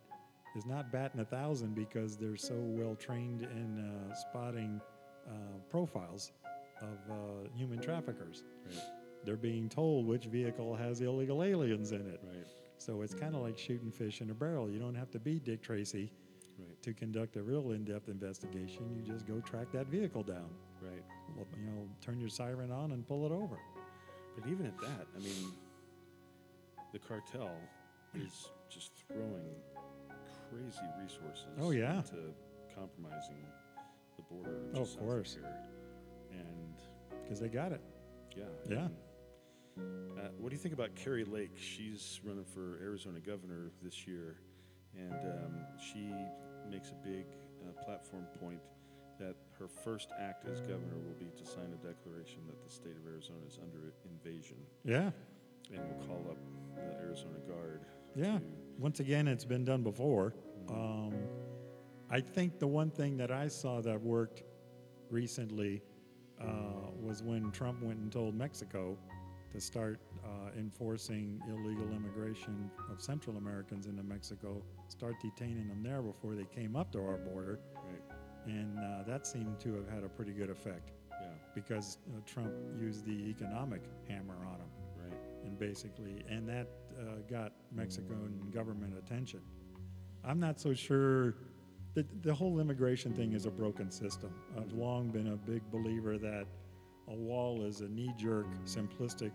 [SPEAKER 5] is not batting a thousand because they're so well trained in uh, spotting uh, profiles of uh, human traffickers. They're being told which vehicle has illegal aliens in it.
[SPEAKER 4] Right.
[SPEAKER 5] So it's kind of like shooting fish in a barrel. You don't have to be Dick Tracy
[SPEAKER 4] Right.
[SPEAKER 5] to conduct a real in-depth investigation. You just go track that vehicle down.
[SPEAKER 4] right.
[SPEAKER 5] Well, You know, turn your siren on and pull it over.
[SPEAKER 4] But even at that, I mean, the cartel is just throwing crazy resources.
[SPEAKER 5] Oh, yeah.
[SPEAKER 4] into compromising the border.
[SPEAKER 5] Oh, of
[SPEAKER 4] just south
[SPEAKER 5] course.
[SPEAKER 4] Here. And
[SPEAKER 5] Because they got it.
[SPEAKER 4] yeah. I
[SPEAKER 5] Yeah.
[SPEAKER 4] mean, uh, what do you think about Carrie Lake? She's running for Arizona governor this year, and um, she makes a big uh, platform point that her first act as governor will be to sign a declaration that the state of Arizona is under invasion
[SPEAKER 5] Yeah.
[SPEAKER 4] and we'll call up the Arizona Guard.
[SPEAKER 5] Yeah.
[SPEAKER 4] to-
[SPEAKER 5] Once again, it's been done before. Um, I think the one thing that I saw that worked recently uh, was when Trump went and told Mexico to start uh, enforcing illegal immigration of Central Americans into Mexico, start detaining them there before they came up to our border.
[SPEAKER 4] right.
[SPEAKER 5] And uh, that seemed to have had a pretty good effect
[SPEAKER 4] Yeah.
[SPEAKER 5] because uh, Trump used the economic hammer on them
[SPEAKER 4] Right.
[SPEAKER 5] and basically, and that uh, got Mexican government attention. I'm not so sure. The, the whole immigration thing is a broken system. I've long been a big believer that a wall is a knee jerk, simplistic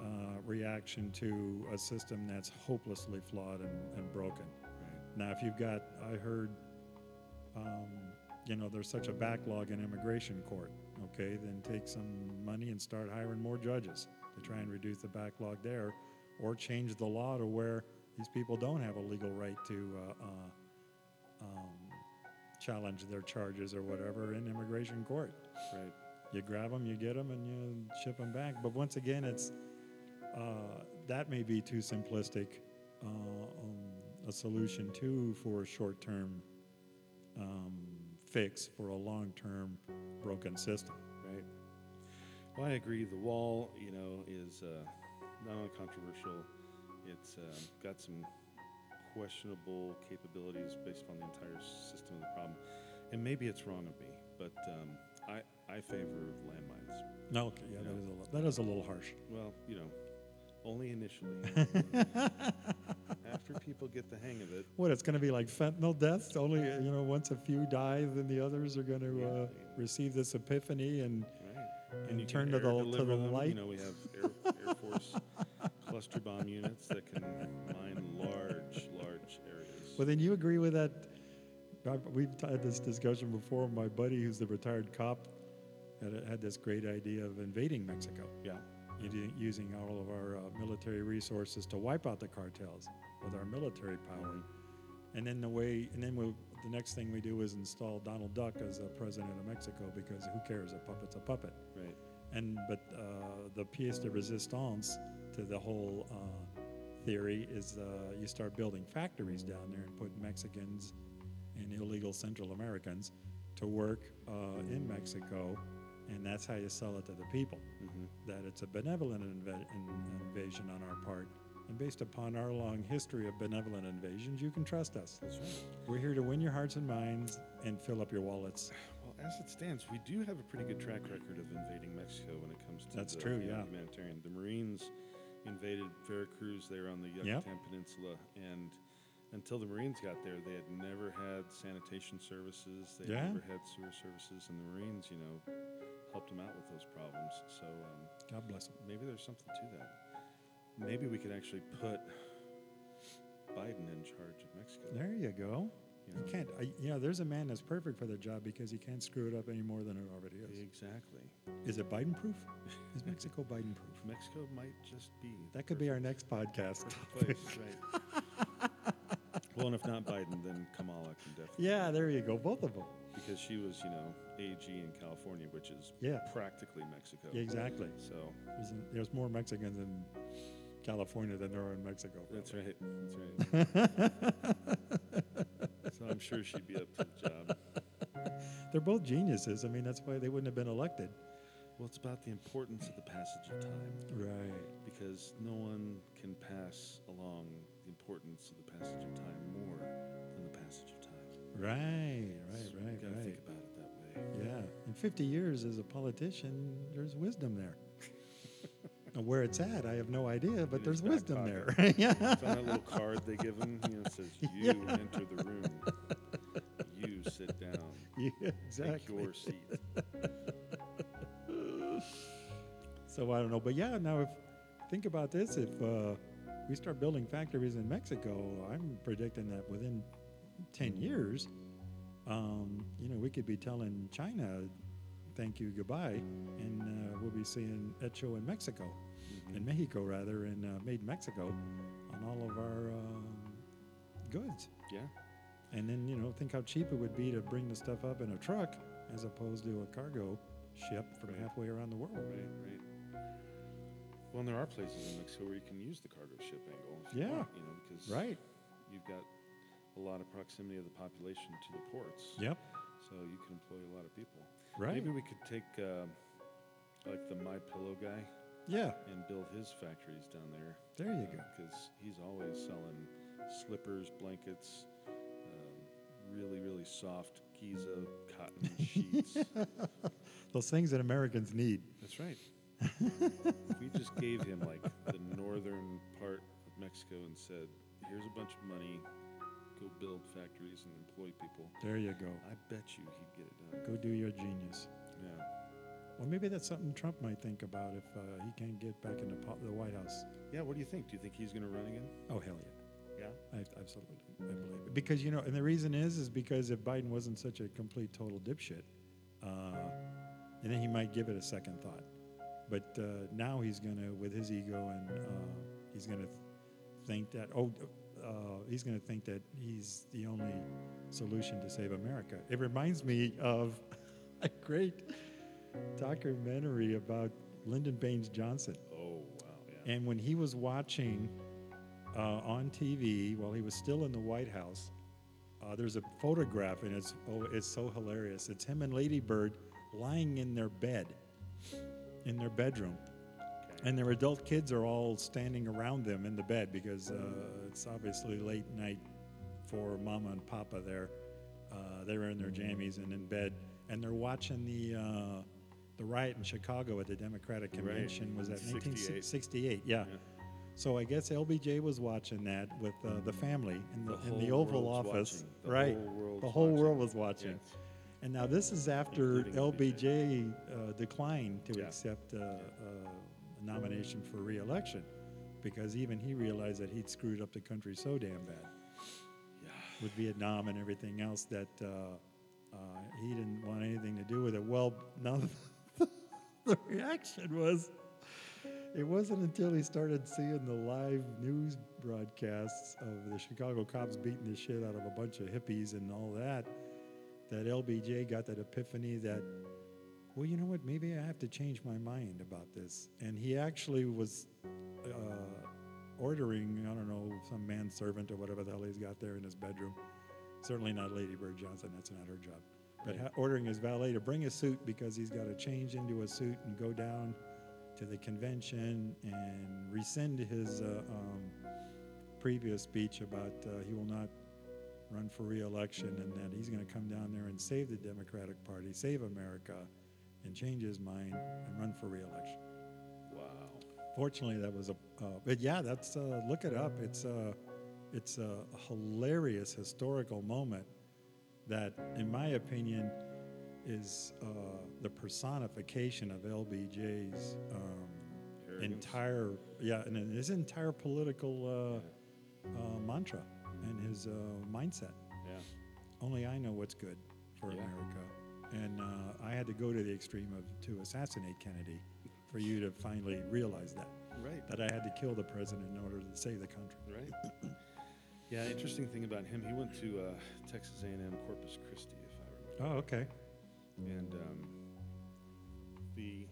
[SPEAKER 5] uh, reaction to a system that's hopelessly flawed and, and broken. Now, if you've got, I heard, um, you know, there's such a backlog in immigration court, okay, then take some money and start hiring more judges to try and reduce the backlog there, or change the law to where these people don't have a legal right to uh, uh, um, challenge their charges or whatever in immigration court.
[SPEAKER 4] Right.
[SPEAKER 5] You grab them, you get them, and you ship them back. But once again, it's uh, that may be too simplistic uh, um, a solution too for a short-term um, fix for a long-term broken system.
[SPEAKER 4] Right. Well, I agree. The wall, you know, is uh, not only controversial, it's um got some questionable capabilities based on the entire system of the problem. And maybe it's wrong of me, but um, I, I favor landmines.
[SPEAKER 5] No, okay, yeah, that is a little, that is a little harsh.
[SPEAKER 4] Well, you know, only initially. After people get the hang of it,
[SPEAKER 5] What it's going to be like fentanyl deaths? Only uh, you know, once a few die, then the others are going to uh, receive this epiphany and
[SPEAKER 4] Right.
[SPEAKER 5] And
[SPEAKER 4] you
[SPEAKER 5] turn
[SPEAKER 4] can
[SPEAKER 5] to the-
[SPEAKER 4] air
[SPEAKER 5] to
[SPEAKER 4] deliver
[SPEAKER 5] the
[SPEAKER 4] them.
[SPEAKER 5] light.
[SPEAKER 4] You know, we have Air, Air Force <laughs> cluster bomb units that can mine large, large areas.
[SPEAKER 5] Well, then you agree with that. I- We've had this discussion before. My buddy, who's the retired cop, had, had this great idea of invading Mexico,
[SPEAKER 4] yeah.
[SPEAKER 5] u- using all of our uh, military resources to wipe out the cartels with our military power. And then the way, and then we'll, the next thing we do is install Donald Duck as the president of Mexico because who cares? A puppet's a puppet.
[SPEAKER 4] Right.
[SPEAKER 5] And but uh, the pièce de résistance to the whole uh, theory is uh, you start building factories down there and put Mexicans and illegal Central Americans to work uh, in Mexico, and that's how you sell it to the people.
[SPEAKER 4] Mm-hmm.
[SPEAKER 5] That it's a benevolent inve- in- invasion on our part, and based upon our long history of benevolent invasions, you can trust us.
[SPEAKER 4] That's right.
[SPEAKER 5] We're here to win your hearts and minds and fill up your wallets.
[SPEAKER 4] Well, as it stands, we do have a pretty good track record of invading Mexico when it comes to
[SPEAKER 5] That's
[SPEAKER 4] the,
[SPEAKER 5] true,
[SPEAKER 4] you know,
[SPEAKER 5] yeah.
[SPEAKER 4] humanitarian. The Marines invaded Veracruz. They were on the Yucatan
[SPEAKER 5] Yep.
[SPEAKER 4] Peninsula, and until the Marines got there, they had never had sanitation services. They
[SPEAKER 5] Yeah.
[SPEAKER 4] had never had sewer services, and the Marines, you know, helped them out with those problems. So um,
[SPEAKER 5] God bless them.
[SPEAKER 4] maybe there's something to that. Maybe we could actually put Biden in charge of Mexico.
[SPEAKER 5] There you go.
[SPEAKER 4] You
[SPEAKER 5] You
[SPEAKER 4] know?
[SPEAKER 5] can't. I, you know, there's a man that's perfect for the job because he can't screw it up any more than it already is.
[SPEAKER 4] Exactly.
[SPEAKER 5] Is it Biden
[SPEAKER 4] <laughs>
[SPEAKER 5] proof? Is Mexico Biden proof?
[SPEAKER 4] Mexico might just be
[SPEAKER 5] That could be our next podcast. <laughs>
[SPEAKER 4] place, right? well, and if not Biden, then Kamala can definitely.
[SPEAKER 5] Yeah, there you go. Both of them.
[SPEAKER 4] Because she was, you know, AG in California, which is
[SPEAKER 5] Yeah.
[SPEAKER 4] practically Mexico.
[SPEAKER 5] Yeah, exactly.
[SPEAKER 4] So
[SPEAKER 5] There's, there's more Mexicans in California than there are in Mexico.
[SPEAKER 4] that's right. That's right.
[SPEAKER 5] <laughs>
[SPEAKER 4] so I'm sure she'd be up to the job.
[SPEAKER 5] They're both geniuses. I mean, that's why they wouldn't have been elected.
[SPEAKER 4] Well, it's about the importance of the passage of time
[SPEAKER 5] Right.
[SPEAKER 4] because no one can pass along the importance of the passage of time more than the passage of time.
[SPEAKER 5] Right.
[SPEAKER 4] So
[SPEAKER 5] Right.
[SPEAKER 4] you gotta
[SPEAKER 5] Right. Right.
[SPEAKER 4] think about it that way.
[SPEAKER 5] Yeah. In 50 years as a politician, there's wisdom
[SPEAKER 4] <laughs>
[SPEAKER 5] there. And where it's at, I have no idea, but
[SPEAKER 4] In
[SPEAKER 5] there's
[SPEAKER 4] his back
[SPEAKER 5] wisdom
[SPEAKER 4] pocket.
[SPEAKER 5] there. <laughs> yeah.
[SPEAKER 4] It's on that little card they give him. You know, it says,
[SPEAKER 5] <laughs>
[SPEAKER 4] "You enter the room. You sit down.
[SPEAKER 5] <laughs> yeah.
[SPEAKER 4] Take
[SPEAKER 5] Exactly.
[SPEAKER 4] your seat."
[SPEAKER 5] So I don't know, but yeah. Now, if think about this, if uh, we start building factories in Mexico, I'm predicting that within ten years, um, you know, we could be telling China, "Thank you, goodbye," and uh, we'll be seeing Echo in Mexico, in Mexico rather, and uh, made in Mexico on all of our um, goods.
[SPEAKER 4] Yeah.
[SPEAKER 5] And then you know, think how cheap it would be to bring the stuff up in a truck as opposed to a cargo ship from
[SPEAKER 4] Right.
[SPEAKER 5] halfway around the world.
[SPEAKER 4] Right. Right. Well, and there are places in Mexico where you can use the cargo ship angle. If
[SPEAKER 5] Yeah.
[SPEAKER 4] You, want, you know, because
[SPEAKER 5] Right.
[SPEAKER 4] you've got a lot of proximity of the population to the ports.
[SPEAKER 5] Yep.
[SPEAKER 4] So you can employ a lot of people.
[SPEAKER 5] Right.
[SPEAKER 4] Maybe we could take uh, like the My Pillow guy
[SPEAKER 5] Yeah.
[SPEAKER 4] and build his factories down there.
[SPEAKER 5] There you go.
[SPEAKER 4] Because he's always selling slippers, blankets, um, really, really soft Giza
[SPEAKER 5] <laughs>
[SPEAKER 4] cotton sheets.
[SPEAKER 5] Those things that Americans need.
[SPEAKER 4] That's <laughs> right. we just gave him like the northern part of Mexico and said, "Here's a bunch of money, go build factories and employ people."
[SPEAKER 5] There you go.
[SPEAKER 4] I bet you he'd get it done.
[SPEAKER 5] Go do your genius.
[SPEAKER 4] Yeah.
[SPEAKER 5] Well, maybe that's something Trump might think about if uh, he can't get back into po- the White House.
[SPEAKER 4] Yeah. What do you think? Do you think he's going to run again?
[SPEAKER 5] Oh hell yeah,
[SPEAKER 4] Yeah.
[SPEAKER 5] I, absolutely. I believe it. because you know, and the reason is is because if Biden wasn't such a complete total dipshit, uh, and then he might give it a second thought. But uh, now he's gonna, with his ego, and uh, he's gonna think that oh, uh, he's gonna think that he's the only solution to save America. It reminds me of <laughs> a great documentary about Lyndon Baines Johnson.
[SPEAKER 4] Oh wow. Yeah.
[SPEAKER 5] And when he was watching uh, on TV while he was still in the White House, uh, there's a photograph, and it's oh, it's so hilarious. It's him and Lady Bird lying in their bed, in their bedroom, and their adult kids are all standing around them in the bed because uh, it's obviously late night for Mama and Papa there. Uh, they were in their
[SPEAKER 4] Mm-hmm.
[SPEAKER 5] jammies and in bed, and they're watching the uh, the riot in Chicago at the Democratic Convention. Was that
[SPEAKER 4] 68.
[SPEAKER 5] 1968? Yeah. So I guess LBJ was watching that with uh, the family in the,
[SPEAKER 4] The
[SPEAKER 5] in the
[SPEAKER 4] whole
[SPEAKER 5] Oval
[SPEAKER 4] world's
[SPEAKER 5] Office,
[SPEAKER 4] watching. The
[SPEAKER 5] right?
[SPEAKER 4] whole world's
[SPEAKER 5] the whole world
[SPEAKER 4] watching.
[SPEAKER 5] was watching.
[SPEAKER 4] Yes.
[SPEAKER 5] And now this is after
[SPEAKER 4] Including
[SPEAKER 5] LBJ uh, declined to
[SPEAKER 4] Yeah.
[SPEAKER 5] accept uh, uh, a nomination for re-election because even he realized that he'd screwed up the country so damn bad with Vietnam and everything else that uh, uh, he didn't want anything to do with it. Well, now <laughs> the reaction was it wasn't until he started seeing the live news broadcasts of the Chicago cops beating the shit out of a bunch of hippies and all that that LBJ got that epiphany that, well, you know what, maybe I have to change my mind about this. And he actually was uh, ordering, I don't know, some manservant or whatever the hell he's got there in his bedroom. Certainly not Lady Bird Johnson, that's not her job. But ha- ordering his valet to bring a suit because he's got to change into a suit and go down to the convention and rescind his uh, um, previous speech about uh, he will not run for reelection and that he's going to come down there and save the Democratic Party, save America, and change his mind and run for reelection.
[SPEAKER 4] Wow.
[SPEAKER 5] Fortunately, that was a. Uh, but yeah, that's uh, look it up. It's a, it's a hilarious historical moment that, in my opinion, is uh, the personification of LBJ's um,
[SPEAKER 4] Arrogance.
[SPEAKER 5] entire yeah, and then his entire political uh, uh, mantra and his uh, mindset.
[SPEAKER 4] Yeah.
[SPEAKER 5] only I know what's good for America. And uh, I had to go to the extreme of to assassinate Kennedy for you to finally realize that.
[SPEAKER 4] Right.
[SPEAKER 5] That I had to kill the president in order to save the country.
[SPEAKER 4] Right. Yeah, interesting thing about him, he went to uh, Texas A&M Corpus Christi, if I remember.
[SPEAKER 5] Oh, okay.
[SPEAKER 4] And um, the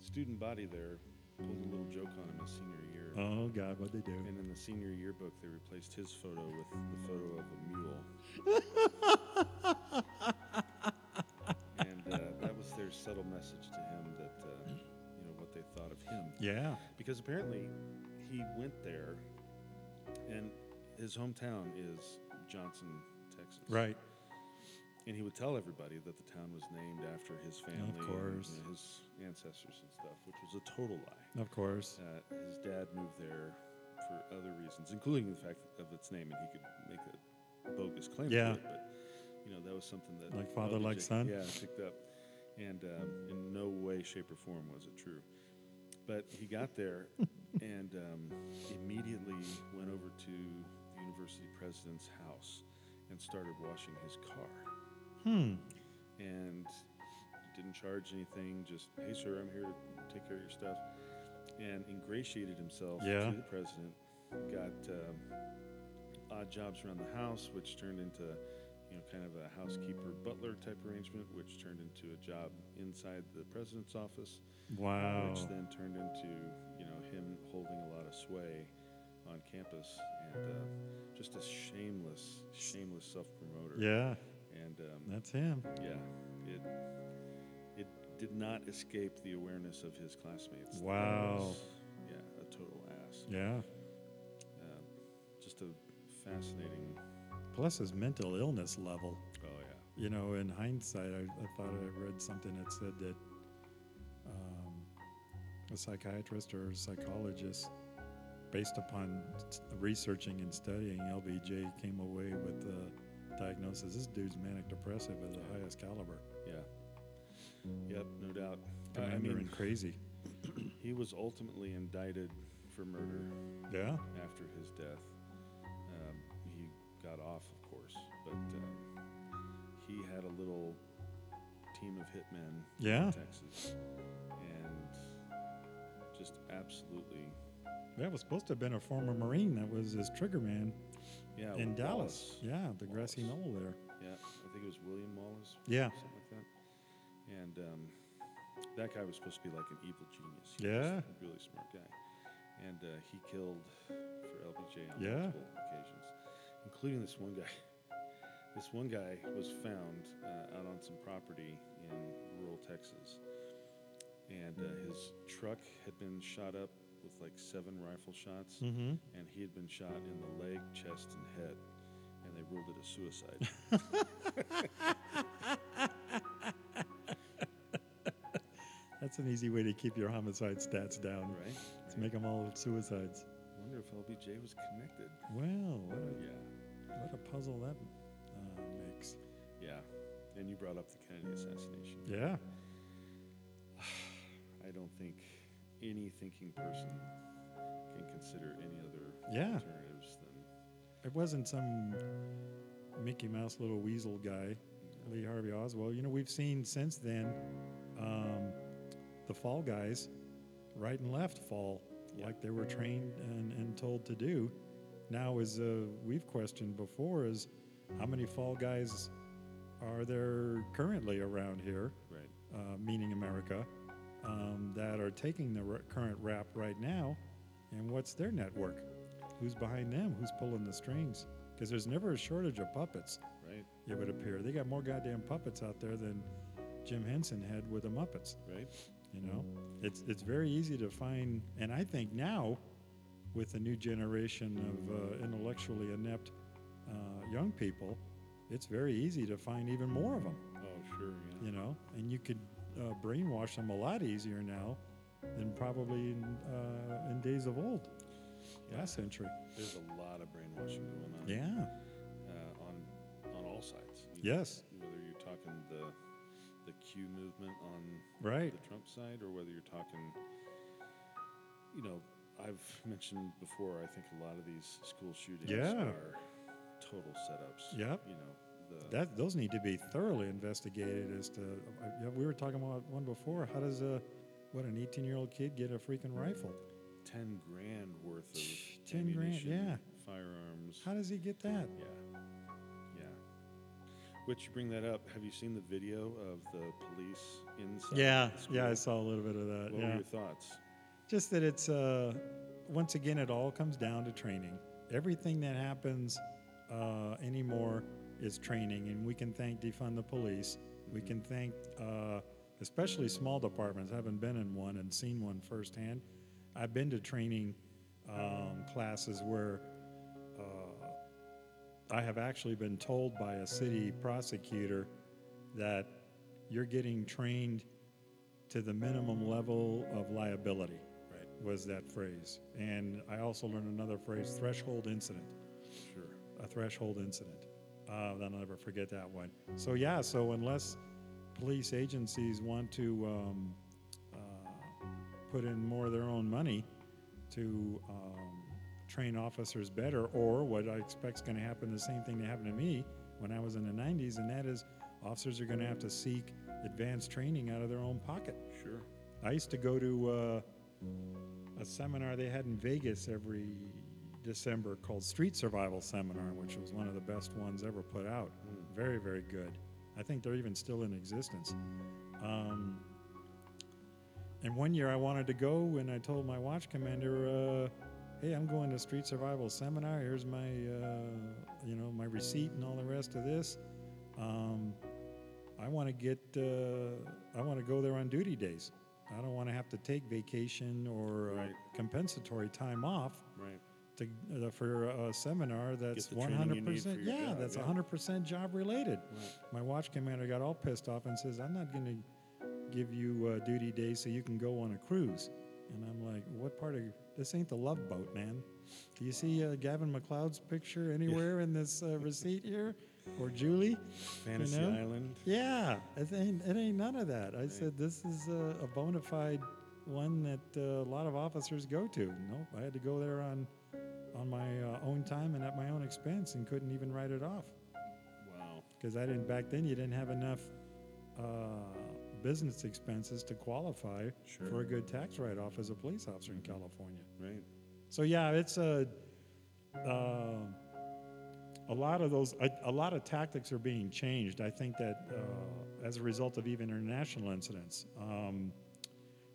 [SPEAKER 4] student body there pulled a little joke on him his senior year.
[SPEAKER 5] Oh God, what they do?
[SPEAKER 4] And in the senior yearbook, they replaced his photo with the photo of a mule. and uh, that was their subtle message to him that, uh, you know, what they thought of him.
[SPEAKER 5] Yeah.
[SPEAKER 4] Because apparently he went there, and his hometown is Johnson, Texas.
[SPEAKER 5] Right.
[SPEAKER 4] And he would tell everybody that the town was named after his family, and, you
[SPEAKER 5] course.
[SPEAKER 4] know, his ancestors and stuff, which was a total lie.
[SPEAKER 5] Of course.
[SPEAKER 4] Uh, his dad moved there for other reasons, including the fact of its name, and he could make a bogus claim.
[SPEAKER 5] Yeah.
[SPEAKER 4] For it, but you know that was something that
[SPEAKER 5] Like father,
[SPEAKER 4] Moby
[SPEAKER 5] like
[SPEAKER 4] Dick-
[SPEAKER 5] son?
[SPEAKER 4] Yeah, picked up, and um, in no way, shape, or form was it true. But he got there,
[SPEAKER 5] <laughs>
[SPEAKER 4] and um, immediately went over to the university president's house and started washing his car and didn't charge anything. Just, hey, sir, I'm here to take care of your stuff. And ingratiated himself
[SPEAKER 5] Yeah.
[SPEAKER 4] to the president. Got um, odd jobs around the house, which turned into, you know, kind of a housekeeper butler type arrangement, which turned into a job inside the president's office,
[SPEAKER 5] Wow.
[SPEAKER 4] which then turned into, you know, him holding a lot of sway on campus and uh, just a shameless, shameless self promoter.
[SPEAKER 5] Yeah.
[SPEAKER 4] And um,
[SPEAKER 5] That's him.
[SPEAKER 4] yeah, it it did not escape the awareness of his classmates. that he
[SPEAKER 5] Wow.
[SPEAKER 4] was, yeah, a total ass.
[SPEAKER 5] Yeah.
[SPEAKER 4] Um, just a fascinating.
[SPEAKER 5] Plus his mental illness level.
[SPEAKER 4] Oh yeah.
[SPEAKER 5] You know, in hindsight, I, I thought I read something that said that um, a psychiatrist or psychologist, based upon s- researching and studying LBJ, came away with the diagnosis this dude's manic depressive of the highest caliber,
[SPEAKER 4] Yeah. Yep, no doubt. I-
[SPEAKER 5] commander
[SPEAKER 4] I mean,
[SPEAKER 5] and crazy.
[SPEAKER 4] he was ultimately indicted for murder
[SPEAKER 5] Yeah.
[SPEAKER 4] after his death. Um, he got off, of course, but um, he had a little team of hitmen
[SPEAKER 5] Yeah.
[SPEAKER 4] in Texas, and just absolutely,
[SPEAKER 5] That was supposed to have been a former Marine that was his trigger man
[SPEAKER 4] yeah.
[SPEAKER 5] in
[SPEAKER 4] Wallace.
[SPEAKER 5] Dallas. Yeah, the grassy
[SPEAKER 4] Wallace.
[SPEAKER 5] knoll there.
[SPEAKER 4] Yeah, I think it was William Wallace.
[SPEAKER 5] Yeah.
[SPEAKER 4] something like that. And um, that guy was supposed to be like an evil genius. He
[SPEAKER 5] Yeah.
[SPEAKER 4] was a really smart guy. And uh, he killed for LBJ on
[SPEAKER 5] Yeah.
[SPEAKER 4] multiple occasions, including this one guy. <laughs> This one guy was found uh, out on some property in rural Texas, and uh, his truck had been shot up with like seven rifle shots,
[SPEAKER 5] Mm-hmm.
[SPEAKER 4] and he had been shot in the leg, chest, and head, and they ruled it a suicide.
[SPEAKER 5] That's an easy way to keep your homicide stats down.
[SPEAKER 4] Right,
[SPEAKER 5] Let's
[SPEAKER 4] right.
[SPEAKER 5] make them all suicides.
[SPEAKER 4] I wonder if LBJ was connected.
[SPEAKER 5] Well, what a,
[SPEAKER 4] Yeah,
[SPEAKER 5] what a puzzle that uh, makes.
[SPEAKER 4] yeah. And you brought up the Kennedy assassination.
[SPEAKER 5] Yeah.
[SPEAKER 4] I don't think any thinking person can consider any other
[SPEAKER 5] Yeah.
[SPEAKER 4] alternatives than
[SPEAKER 5] It wasn't some Mickey Mouse little weasel guy, Lee Harvey Oswald. You know, we've seen since then um, the fall guys, right and left fall, like they were trained and, and told to do. Now, as uh, we've questioned before, is how many fall guys are there currently around here?
[SPEAKER 4] right.
[SPEAKER 5] uh, meaning America, um, that are taking the r- current rap right now, and what's their network? Who's behind them? Who's pulling the strings? Because there's never a shortage of puppets,
[SPEAKER 4] Right,
[SPEAKER 5] it would appear. They got more goddamn puppets out there than Jim Henson had with the Muppets.
[SPEAKER 4] right.
[SPEAKER 5] You know, it's it's very easy to find, and I think now, with the new generation of uh, intellectually inept uh, young people, it's very easy to find even more of them
[SPEAKER 4] Oh, sure, yeah.
[SPEAKER 5] you know, and you could uh, brainwash them a lot easier now than probably in, uh, in days of old, last century.
[SPEAKER 4] There's a lot of brainwashing going on.
[SPEAKER 5] Yeah,
[SPEAKER 4] Uh, on on all sides. You-
[SPEAKER 5] Yes.
[SPEAKER 4] Whether you're talking the the Q movement on
[SPEAKER 5] Right.
[SPEAKER 4] the Trump side, or whether you're talking, you know, I've mentioned before. I think a lot of these school shootings
[SPEAKER 5] Yeah.
[SPEAKER 4] are total setups.
[SPEAKER 5] Yep.
[SPEAKER 4] You know, the,
[SPEAKER 5] That those need to be thoroughly investigated. As to uh, yeah, we were talking about one before. How does a what an 18 year old kid get a freaking rifle?
[SPEAKER 4] 10 grand worth of
[SPEAKER 5] 10 grand,
[SPEAKER 4] ammunition,
[SPEAKER 5] yeah.
[SPEAKER 4] firearms.
[SPEAKER 5] How does he get that?
[SPEAKER 4] yeah. Yeah. Which you bring that up. Have you seen the video of the police inside? the school?
[SPEAKER 5] yeah. I saw a little bit of that.
[SPEAKER 4] What
[SPEAKER 5] yeah.
[SPEAKER 4] were your thoughts?
[SPEAKER 5] Just that it's uh, once again, it all comes down to training. Everything that happens uh, anymore is training, and we can thank defund the police. We can thank, uh, especially small departments. I haven't been in one and seen one firsthand. I've been to training um, classes where uh, I have actually been told by a city prosecutor that you're getting trained to the minimum level of liability
[SPEAKER 4] Right.
[SPEAKER 5] was that phrase and i also learned another phrase threshold incident
[SPEAKER 4] Sure.
[SPEAKER 5] a threshold incident uh, i'll never forget that one so yeah so unless police agencies want to um, put in more of their own money to um, train officers better, or what I expect is going to happen the same thing that happened to me when I was in the 90s, and that is officers are going to have to seek advanced training out of their own pocket.
[SPEAKER 4] Sure.
[SPEAKER 5] I used to go to uh, a seminar they had in Vegas every December called Street Survival Seminar, which was one of the best ones ever put out. Very, very good. I think they're even still in existence. Um, and one year I wanted to go, and I told my watch commander, uh, "Hey, I'm going to Street Survival Seminar. Here's my, uh, you know, my receipt and all the rest of this. Um, I want to get, uh, I want to go there on duty days. I don't want to have to take vacation or
[SPEAKER 4] Right.
[SPEAKER 5] uh, compensatory time off
[SPEAKER 4] Right.
[SPEAKER 5] to uh, for a seminar that's
[SPEAKER 4] the
[SPEAKER 5] one
[SPEAKER 4] training you
[SPEAKER 5] hundred
[SPEAKER 4] need for
[SPEAKER 5] percent.
[SPEAKER 4] your
[SPEAKER 5] Yeah,
[SPEAKER 4] job,
[SPEAKER 5] that's
[SPEAKER 4] yeah.
[SPEAKER 5] one hundred percent job related. My watch commander got all pissed off and says, "I'm not going to give you uh, duty day so you can go on a cruise." And I'm like, "What part of this ain't the Love Boat, man? Do you see uh, Gavin McLeod's picture anywhere in this uh, receipt here, or Julie?
[SPEAKER 4] Fantasy
[SPEAKER 5] you know?
[SPEAKER 4] Island.
[SPEAKER 5] Yeah, it ain't, it ain't none of that. I said this is a, a bona fide one that uh, a lot of officers go to. Nope, I had to go there on on my uh, own time and at my own expense, and couldn't even write it off
[SPEAKER 4] Wow.
[SPEAKER 5] because I didn't back then. You didn't have enough uh, business expenses to qualify
[SPEAKER 4] Sure.
[SPEAKER 5] for a good tax write off as a police officer in California.
[SPEAKER 4] Right.
[SPEAKER 5] So yeah, it's a um a lot of those a, a lot of tactics are being changed. I think that uh, as a result of even international incidents, um,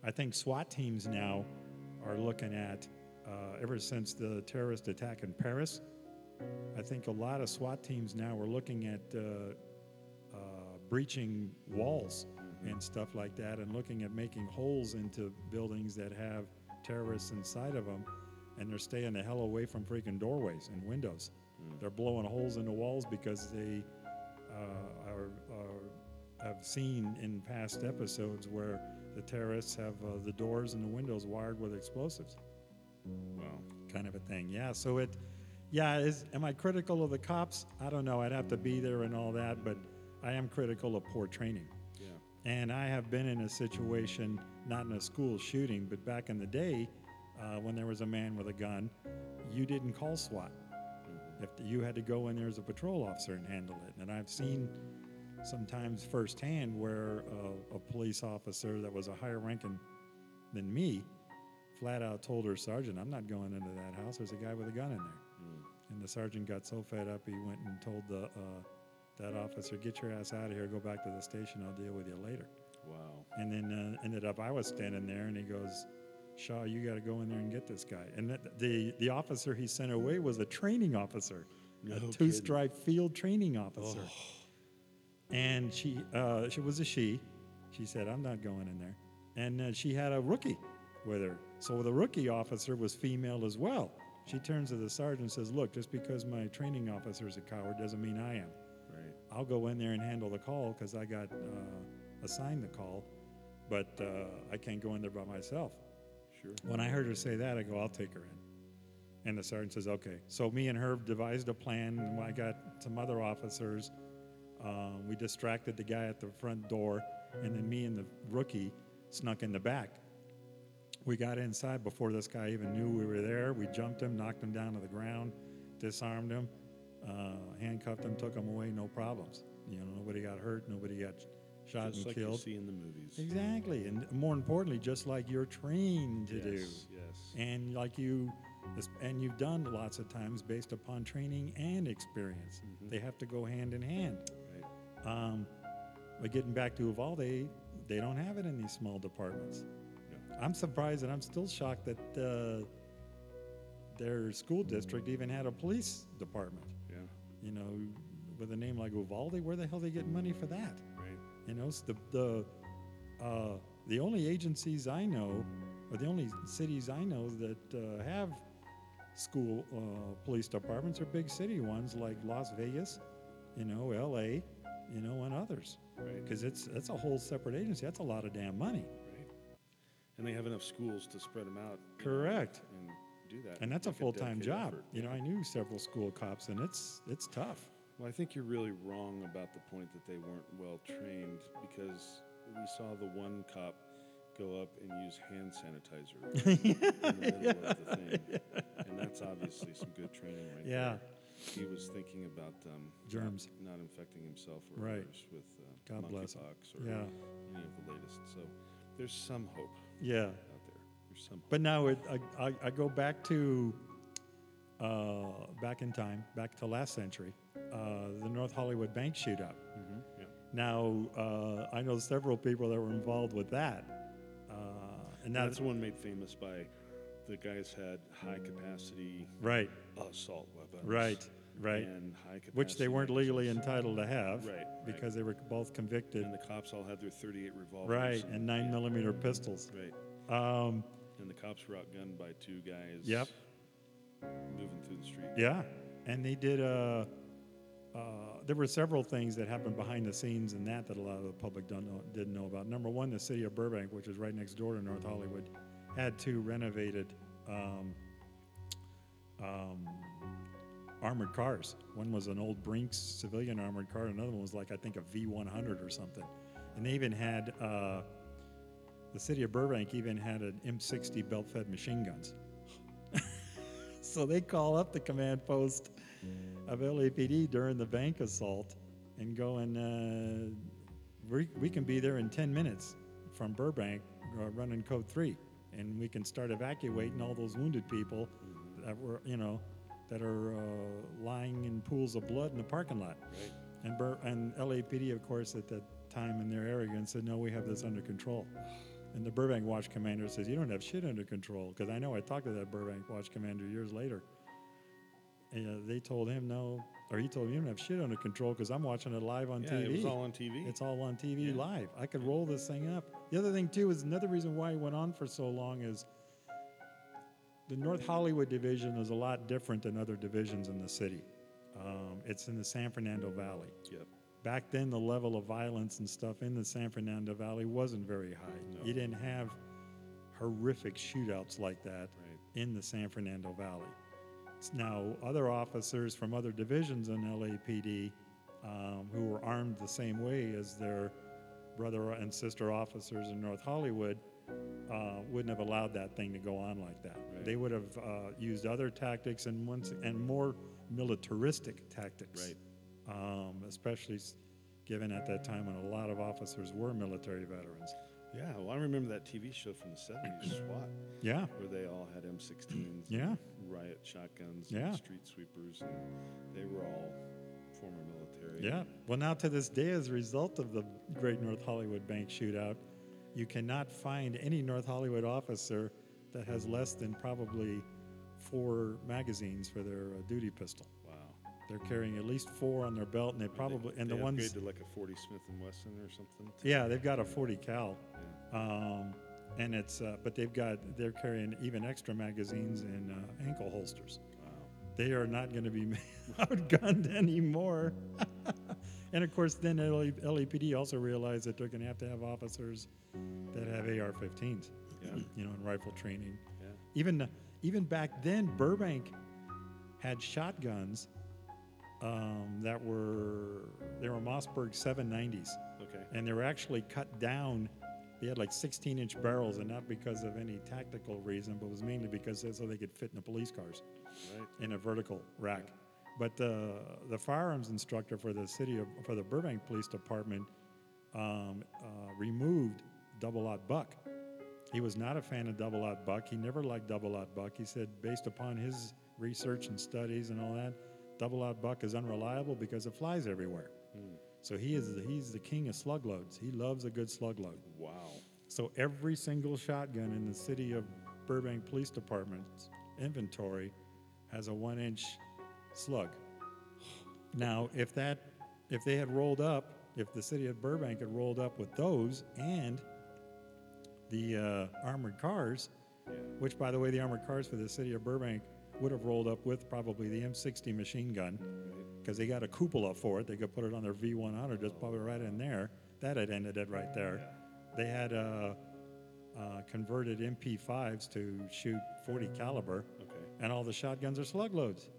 [SPEAKER 5] I think SWAT teams now are looking at uh, ever since the terrorist attack in Paris. I think a lot of SWAT teams now are looking at uh, uh, breaching walls and stuff like that and looking at making holes into buildings that have terrorists inside of them and they're staying the hell away from freaking doorways and windows they're blowing holes in the walls because they uh, are, are have seen in past episodes where the terrorists have uh, the doors and the windows wired with explosives
[SPEAKER 4] Wow.
[SPEAKER 5] kind of a thing. Yeah. So it, yeah. Is am I critical of the cops? I don't know. I'd have to be there and all that, but I am critical of poor training.
[SPEAKER 4] Yeah.
[SPEAKER 5] And I have been in a situation, not in a school shooting, but back in the day, uh, when there was a man with a gun, you didn't call SWAT. If you had to go in there as a patrol officer and handle it, and I've seen sometimes firsthand where uh, a police officer that was a higher ranking than me flat out told her sergeant, "I'm not going into that house. There's a guy with a gun in there." And the sergeant got so fed up, he went and told the uh, that officer, "Get your ass out of here. Go back to the station. I'll deal with you later."
[SPEAKER 4] Wow.
[SPEAKER 5] And then uh, ended up I was standing there, and he goes, "Shaw, you got to go in there and get this guy." And that, the the officer he sent away was a training officer,
[SPEAKER 4] No
[SPEAKER 5] a
[SPEAKER 4] kidding.
[SPEAKER 5] two stripe field training officer.
[SPEAKER 4] Oh.
[SPEAKER 5] And she uh, she was a she. She said, "I'm not going in there." And uh, she had a rookie with her, so the rookie officer was female as well. She turns to the sergeant and says, "Look, just because my training officer is a coward doesn't mean I am."
[SPEAKER 4] Right.
[SPEAKER 5] I'll go in there and handle the call because I got uh, assigned the call, but uh, I can't go in there by myself.
[SPEAKER 4] Sure.
[SPEAKER 5] When I heard her say that, I go, I'll take her in. And the sergeant says, okay. So me and her devised a plan, and I got some other officers. Um, we distracted the guy at the front door, and then me and the rookie snuck in the back. We got inside before this guy even knew we were there. We jumped him, knocked him down to the ground, disarmed him, uh, handcuffed them, took them away, no problems. You know, nobody got hurt, nobody got shot
[SPEAKER 4] Just
[SPEAKER 5] and
[SPEAKER 4] like you
[SPEAKER 5] killed.
[SPEAKER 4] see in the movies.
[SPEAKER 5] Exactly, and more importantly, just like you're trained to do,
[SPEAKER 4] Yes, yes.
[SPEAKER 5] and like you, and you've done lots of times based upon training and experience.
[SPEAKER 4] Mm-hmm.
[SPEAKER 5] They have to go hand in hand.
[SPEAKER 4] Right.
[SPEAKER 5] Um, but getting back to Uvalde, they don't have it in these small departments.
[SPEAKER 4] Yeah.
[SPEAKER 5] I'm surprised, and I'm still shocked that uh, their school district
[SPEAKER 4] Mm.
[SPEAKER 5] even had a police department.
[SPEAKER 4] Yeah.
[SPEAKER 5] You know, with a name like Uvalde, where the hell they get money for that?
[SPEAKER 4] Right.
[SPEAKER 5] You know, it's the the uh, the only agencies I know, or the only cities I know that uh, have school uh, police departments are big city ones like Las Vegas, you know, L.A., you know, and others.
[SPEAKER 4] Right.
[SPEAKER 5] Because it's that's a whole separate agency. That's a lot of damn money.
[SPEAKER 4] Right. And they have enough schools to spread them out. you know,
[SPEAKER 5] Correct.
[SPEAKER 4] And do that.
[SPEAKER 5] And that's a
[SPEAKER 4] make
[SPEAKER 5] full time
[SPEAKER 4] dedicated
[SPEAKER 5] job.
[SPEAKER 4] effort.
[SPEAKER 5] You know, I knew several school cops, and it's it's tough.
[SPEAKER 4] Well, I think you're really wrong about the point that they weren't well trained because we saw the one cop go up and use hand
[SPEAKER 5] <laughs>
[SPEAKER 4] sanitizer in the middle of the thing. And that's obviously some good training right
[SPEAKER 5] Yeah.
[SPEAKER 4] there. He was thinking about um,
[SPEAKER 5] Germs.
[SPEAKER 4] Not, not infecting himself or
[SPEAKER 5] Right.
[SPEAKER 4] others with uh,
[SPEAKER 5] God bless him.
[SPEAKER 4] monkeypox or
[SPEAKER 5] Yeah.
[SPEAKER 4] any of the latest. So there's some hope
[SPEAKER 5] Yeah.
[SPEAKER 4] out there. There's some hope.
[SPEAKER 5] But now it, I, I, I go back to uh, back in time, back to last century, uh, the North Hollywood bank shootout.
[SPEAKER 4] yeah.
[SPEAKER 5] Now uh, I know several people that were involved with that, uh, and
[SPEAKER 4] That's
[SPEAKER 5] that's
[SPEAKER 4] the one made famous by the guys had high capacity
[SPEAKER 5] right,
[SPEAKER 4] assault weapons.
[SPEAKER 5] Right, right.
[SPEAKER 4] And high capacity.
[SPEAKER 5] which they weren't legally
[SPEAKER 4] magazines.
[SPEAKER 5] entitled to have,
[SPEAKER 4] Right, right.
[SPEAKER 5] Because they were both convicted,
[SPEAKER 4] And the cops all had their 38 revolvers.
[SPEAKER 5] right, and nine millimeter pistols.
[SPEAKER 4] Right.
[SPEAKER 5] Um,
[SPEAKER 4] And the cops were outgunned by two guys.
[SPEAKER 5] Yep.
[SPEAKER 4] Moving through the street.
[SPEAKER 5] Yeah, and they did. Uh, uh, there were several things that happened behind the scenes in that that a lot of the public don't know, didn't know about. Number one, the city of Burbank, which is right next door to North Hollywood, had two renovated um, um, armored cars. One was an old Brinks civilian armored car, and another one was like I think a V100 or something. And they even had uh, the city of Burbank even had an M60 belt-fed machine guns. So they call up the command post of LAPD during the bank assault and go and uh, we, we can be there in 10 minutes from Burbank uh, running code three and we can start evacuating all those wounded people that were, you know, that are uh, lying in pools of blood in the parking lot. And, Bur- and LAPD, of course, at that time in their arrogance said, no, we have this under control. And the Burbank watch commander says, you don't have shit under control. Because I know I talked to that Burbank watch commander years later. And uh, they told him no, or he told me you don't have shit under control because I'm watching it live on
[SPEAKER 4] Yeah,
[SPEAKER 5] TV.
[SPEAKER 4] it was all on TV.
[SPEAKER 5] It's all on TV live. I could roll this thing up. The other thing too is another reason why it went on for so long is the North Hollywood division is a lot different than other divisions in the city. Um, it's in the San Fernando Valley.
[SPEAKER 4] Yep.
[SPEAKER 5] Back then, the level of violence and stuff in the San Fernando Valley wasn't very high. You didn't have horrific shootouts like that
[SPEAKER 4] Right.
[SPEAKER 5] in the San Fernando Valley. S- Now, other officers from other divisions in LAPD um, who were armed the same way as their brother and sister officers in North Hollywood uh, wouldn't have allowed that thing to go on like that.
[SPEAKER 4] Right.
[SPEAKER 5] They would have uh, used other tactics and once and more militaristic tactics
[SPEAKER 4] Right.
[SPEAKER 5] um, especially s- given at that time when a lot of officers were military veterans.
[SPEAKER 4] Yeah. Well, I remember that TV show from the
[SPEAKER 5] <clears throat>
[SPEAKER 4] 70s, SWAT,
[SPEAKER 5] Yeah,
[SPEAKER 4] where they all had M16s.
[SPEAKER 5] yeah,
[SPEAKER 4] Riot shotguns.
[SPEAKER 5] Yeah.
[SPEAKER 4] And street sweepers. And they were all former military.
[SPEAKER 5] yeah. Well, now to this day, as a result of the Great North Hollywood Bank shootout, you cannot find any North Hollywood officer that has less than probably four magazines for their uh, duty pistol.
[SPEAKER 4] Wow.
[SPEAKER 5] They're carrying at least four on their belt, and they probably
[SPEAKER 4] They,
[SPEAKER 5] and
[SPEAKER 4] they
[SPEAKER 5] the ones
[SPEAKER 4] upgraded to like a 40 Smith and Wesson or something. to-
[SPEAKER 5] Yeah, they've got a 40 cal, um, and it's uh, but they've got they're carrying even extra magazines and uh, ankle holsters. They are not going to be <laughs> outgunned anymore. <laughs> and of course, then E, LA, LAPD also realized that they're going to have to have officers that have AR-15s,
[SPEAKER 4] Yeah.
[SPEAKER 5] <clears throat> you know, and rifle training.
[SPEAKER 4] Yeah.
[SPEAKER 5] Even uh, even back then, Burbank had shotguns um, that were they were Mossberg 790s
[SPEAKER 4] Okay.
[SPEAKER 5] and they were actually cut down. They had like 16 inch barrels, and not because of any tactical reason, but was mainly because so they could fit in the police cars
[SPEAKER 4] Right.
[SPEAKER 5] in a vertical rack. But the the firearms instructor for the city of for the Burbank Police Department um, uh, removed double odd buck. He was not a fan of double odd buck. He never liked double odd buck. He said, based upon his research and studies and all that, double odd buck is unreliable because it flies everywhere. So he is the, he's the king of slug loads. He loves a good slug load.
[SPEAKER 4] Wow.
[SPEAKER 5] So every single shotgun in the city of Burbank Police Department's inventory has a one inch slug. Now, if that, if they had rolled up, if the city of Burbank had rolled up with those and the uh, armored cars, which, by the way, the armored cars for the city of Burbank would have rolled up with probably the M60 machine gun because they got a cupola for it. They could put it on their V100, just pop it right in there. That had ended it right there. They had uh, uh, converted MP5s to shoot 40 caliber,
[SPEAKER 4] Okay.
[SPEAKER 5] and all the shotguns are slug loads.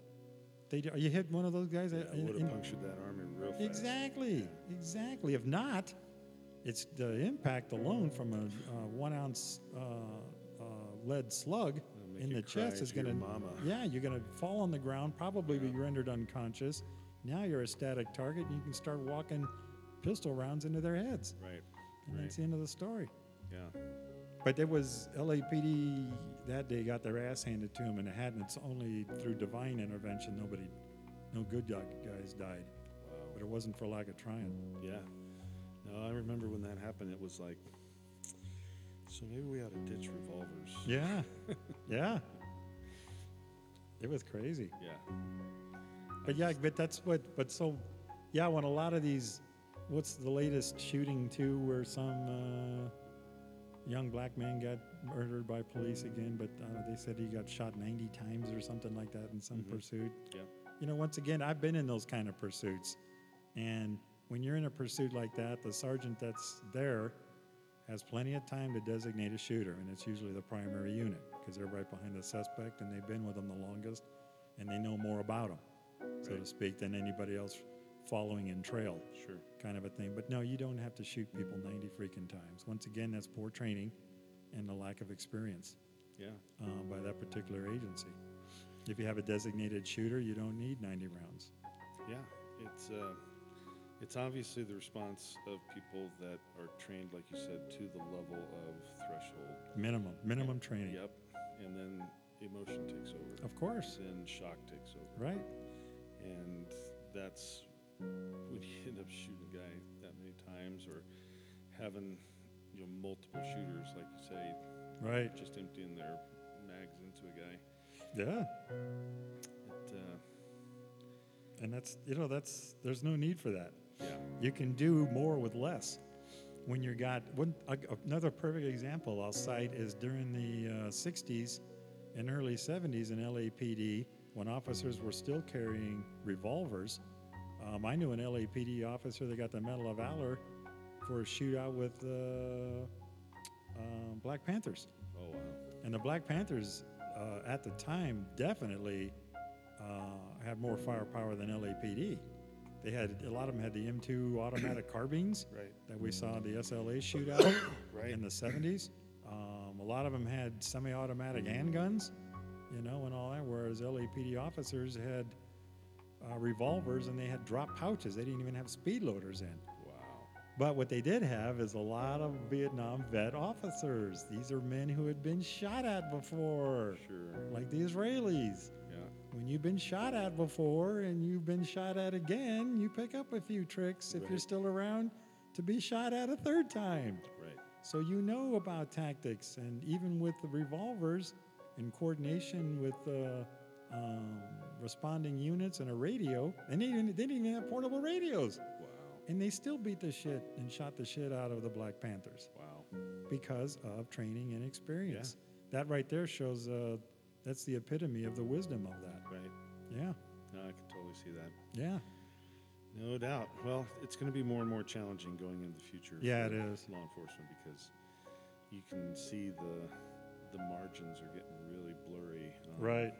[SPEAKER 5] They, you hit one of those guys
[SPEAKER 4] Yeah,
[SPEAKER 5] uh,
[SPEAKER 4] I
[SPEAKER 5] in-
[SPEAKER 4] would have
[SPEAKER 5] in-
[SPEAKER 4] punctured that arm in real fast.
[SPEAKER 5] Exactly, exactly. If not, it's the impact alone from a uh, one ounce uh, uh, lead slug
[SPEAKER 4] make
[SPEAKER 5] in
[SPEAKER 4] you
[SPEAKER 5] the
[SPEAKER 4] cry
[SPEAKER 5] chest is
[SPEAKER 4] to your
[SPEAKER 5] going to,
[SPEAKER 4] mama.
[SPEAKER 5] yeah, you're going to fall on the ground, probably be rendered unconscious. Now you're a static target, and you can start walking pistol rounds into their heads.
[SPEAKER 4] Right.
[SPEAKER 5] And
[SPEAKER 4] Right.
[SPEAKER 5] that's the end of the story.
[SPEAKER 4] Yeah.
[SPEAKER 5] But it was LAPD that day got their ass handed to them, and it hadn't. It's only through divine intervention nobody, no good guy- guys died. But it wasn't for lack of trying.
[SPEAKER 4] Yeah. No, I remember when that happened. It was like, so maybe we ought to ditch revolvers.
[SPEAKER 5] Yeah, yeah. It was crazy,
[SPEAKER 4] Yeah.
[SPEAKER 5] but yeah, but that's what. But so, yeah, when a lot of these, what's the latest shooting too, where some uh, young black man got murdered by police again, but uh, they said he got shot 90 times or something like that in some pursuit.
[SPEAKER 4] Yeah.
[SPEAKER 5] You know, once again, I've been in those kind of pursuits, and when you're in a pursuit like that, the sergeant that's there has plenty of time to designate a shooter, and it's usually the primary unit because they're right behind the suspect and they've been with them the longest and they know more about them, so to speak, than anybody else following in trail.
[SPEAKER 4] Sure.
[SPEAKER 5] Kind of a thing. But no, you don't have to shoot people 90 freaking times. Once again, that's poor training and the lack of experience
[SPEAKER 4] Yeah.
[SPEAKER 5] uh, by that particular agency. If you have a designated shooter, you don't need 90 rounds.
[SPEAKER 4] Yeah. It's uh, it's obviously the response of people that are trained, like you said, to the level of threshold.
[SPEAKER 5] Minimum, minimum training.
[SPEAKER 4] Yep. And then emotion takes over.
[SPEAKER 5] Of course.
[SPEAKER 4] Then shock takes over.
[SPEAKER 5] Right.
[SPEAKER 4] and that's when you <laughs> end up shooting a guy that many times or having you know multiple shooters like you say
[SPEAKER 5] Right.
[SPEAKER 4] just emptying their mags into a guy
[SPEAKER 5] Yeah.
[SPEAKER 4] it, uh,
[SPEAKER 5] And that's, you know, that's, there's no need for that.
[SPEAKER 4] yeah
[SPEAKER 5] You can do more with less. When you got one, a, another perfect example I'll cite is during the uh, 60s and early 70s in LAPD, when officers were still carrying revolvers. Um, I knew an LAPD officer that got the Medal of Valor for a shootout with uh, um, Black Panthers.
[SPEAKER 4] oh wow
[SPEAKER 5] And the Black Panthers, uh, at the time, definitely uh, had more firepower than LAPD. They had a lot of them had the M2 automatic carbines
[SPEAKER 4] <coughs> Right.
[SPEAKER 5] that we saw in
[SPEAKER 4] <coughs>
[SPEAKER 5] the SLA shootout
[SPEAKER 4] Right.
[SPEAKER 5] in the 70s. Um, a lot of them had semi-automatic handguns, you know, and all that. Whereas LAPD officers had uh, revolvers and they had drop pouches. They didn't even have speed loaders in.
[SPEAKER 4] wow
[SPEAKER 5] But what they did have is a lot of Vietnam vet officers. These are men who had been shot at before,
[SPEAKER 4] sure
[SPEAKER 5] like the Israelis.
[SPEAKER 4] yeah
[SPEAKER 5] When you've been shot at before and you've been shot at again, you pick up a few tricks if you're
[SPEAKER 4] Right.
[SPEAKER 5] still around to be shot at a third time.
[SPEAKER 4] right
[SPEAKER 5] So you know about tactics, and even with the revolvers, in coordination with uh, um, responding units and a radio, and they didn't, they didn't even have portable radios.
[SPEAKER 4] wow
[SPEAKER 5] And they still beat the shit and shot the shit out of the Black Panthers
[SPEAKER 4] wow
[SPEAKER 5] because of training and experience. That right there shows uh, that's the epitome of the wisdom of that.
[SPEAKER 4] right
[SPEAKER 5] Yeah,
[SPEAKER 4] no i can totally see that
[SPEAKER 5] yeah,
[SPEAKER 4] no doubt well it's going to be more and more challenging going into the future
[SPEAKER 5] Yeah,
[SPEAKER 4] for
[SPEAKER 5] it is.
[SPEAKER 4] law enforcement because you can see the the margins are getting really blurry on
[SPEAKER 5] right,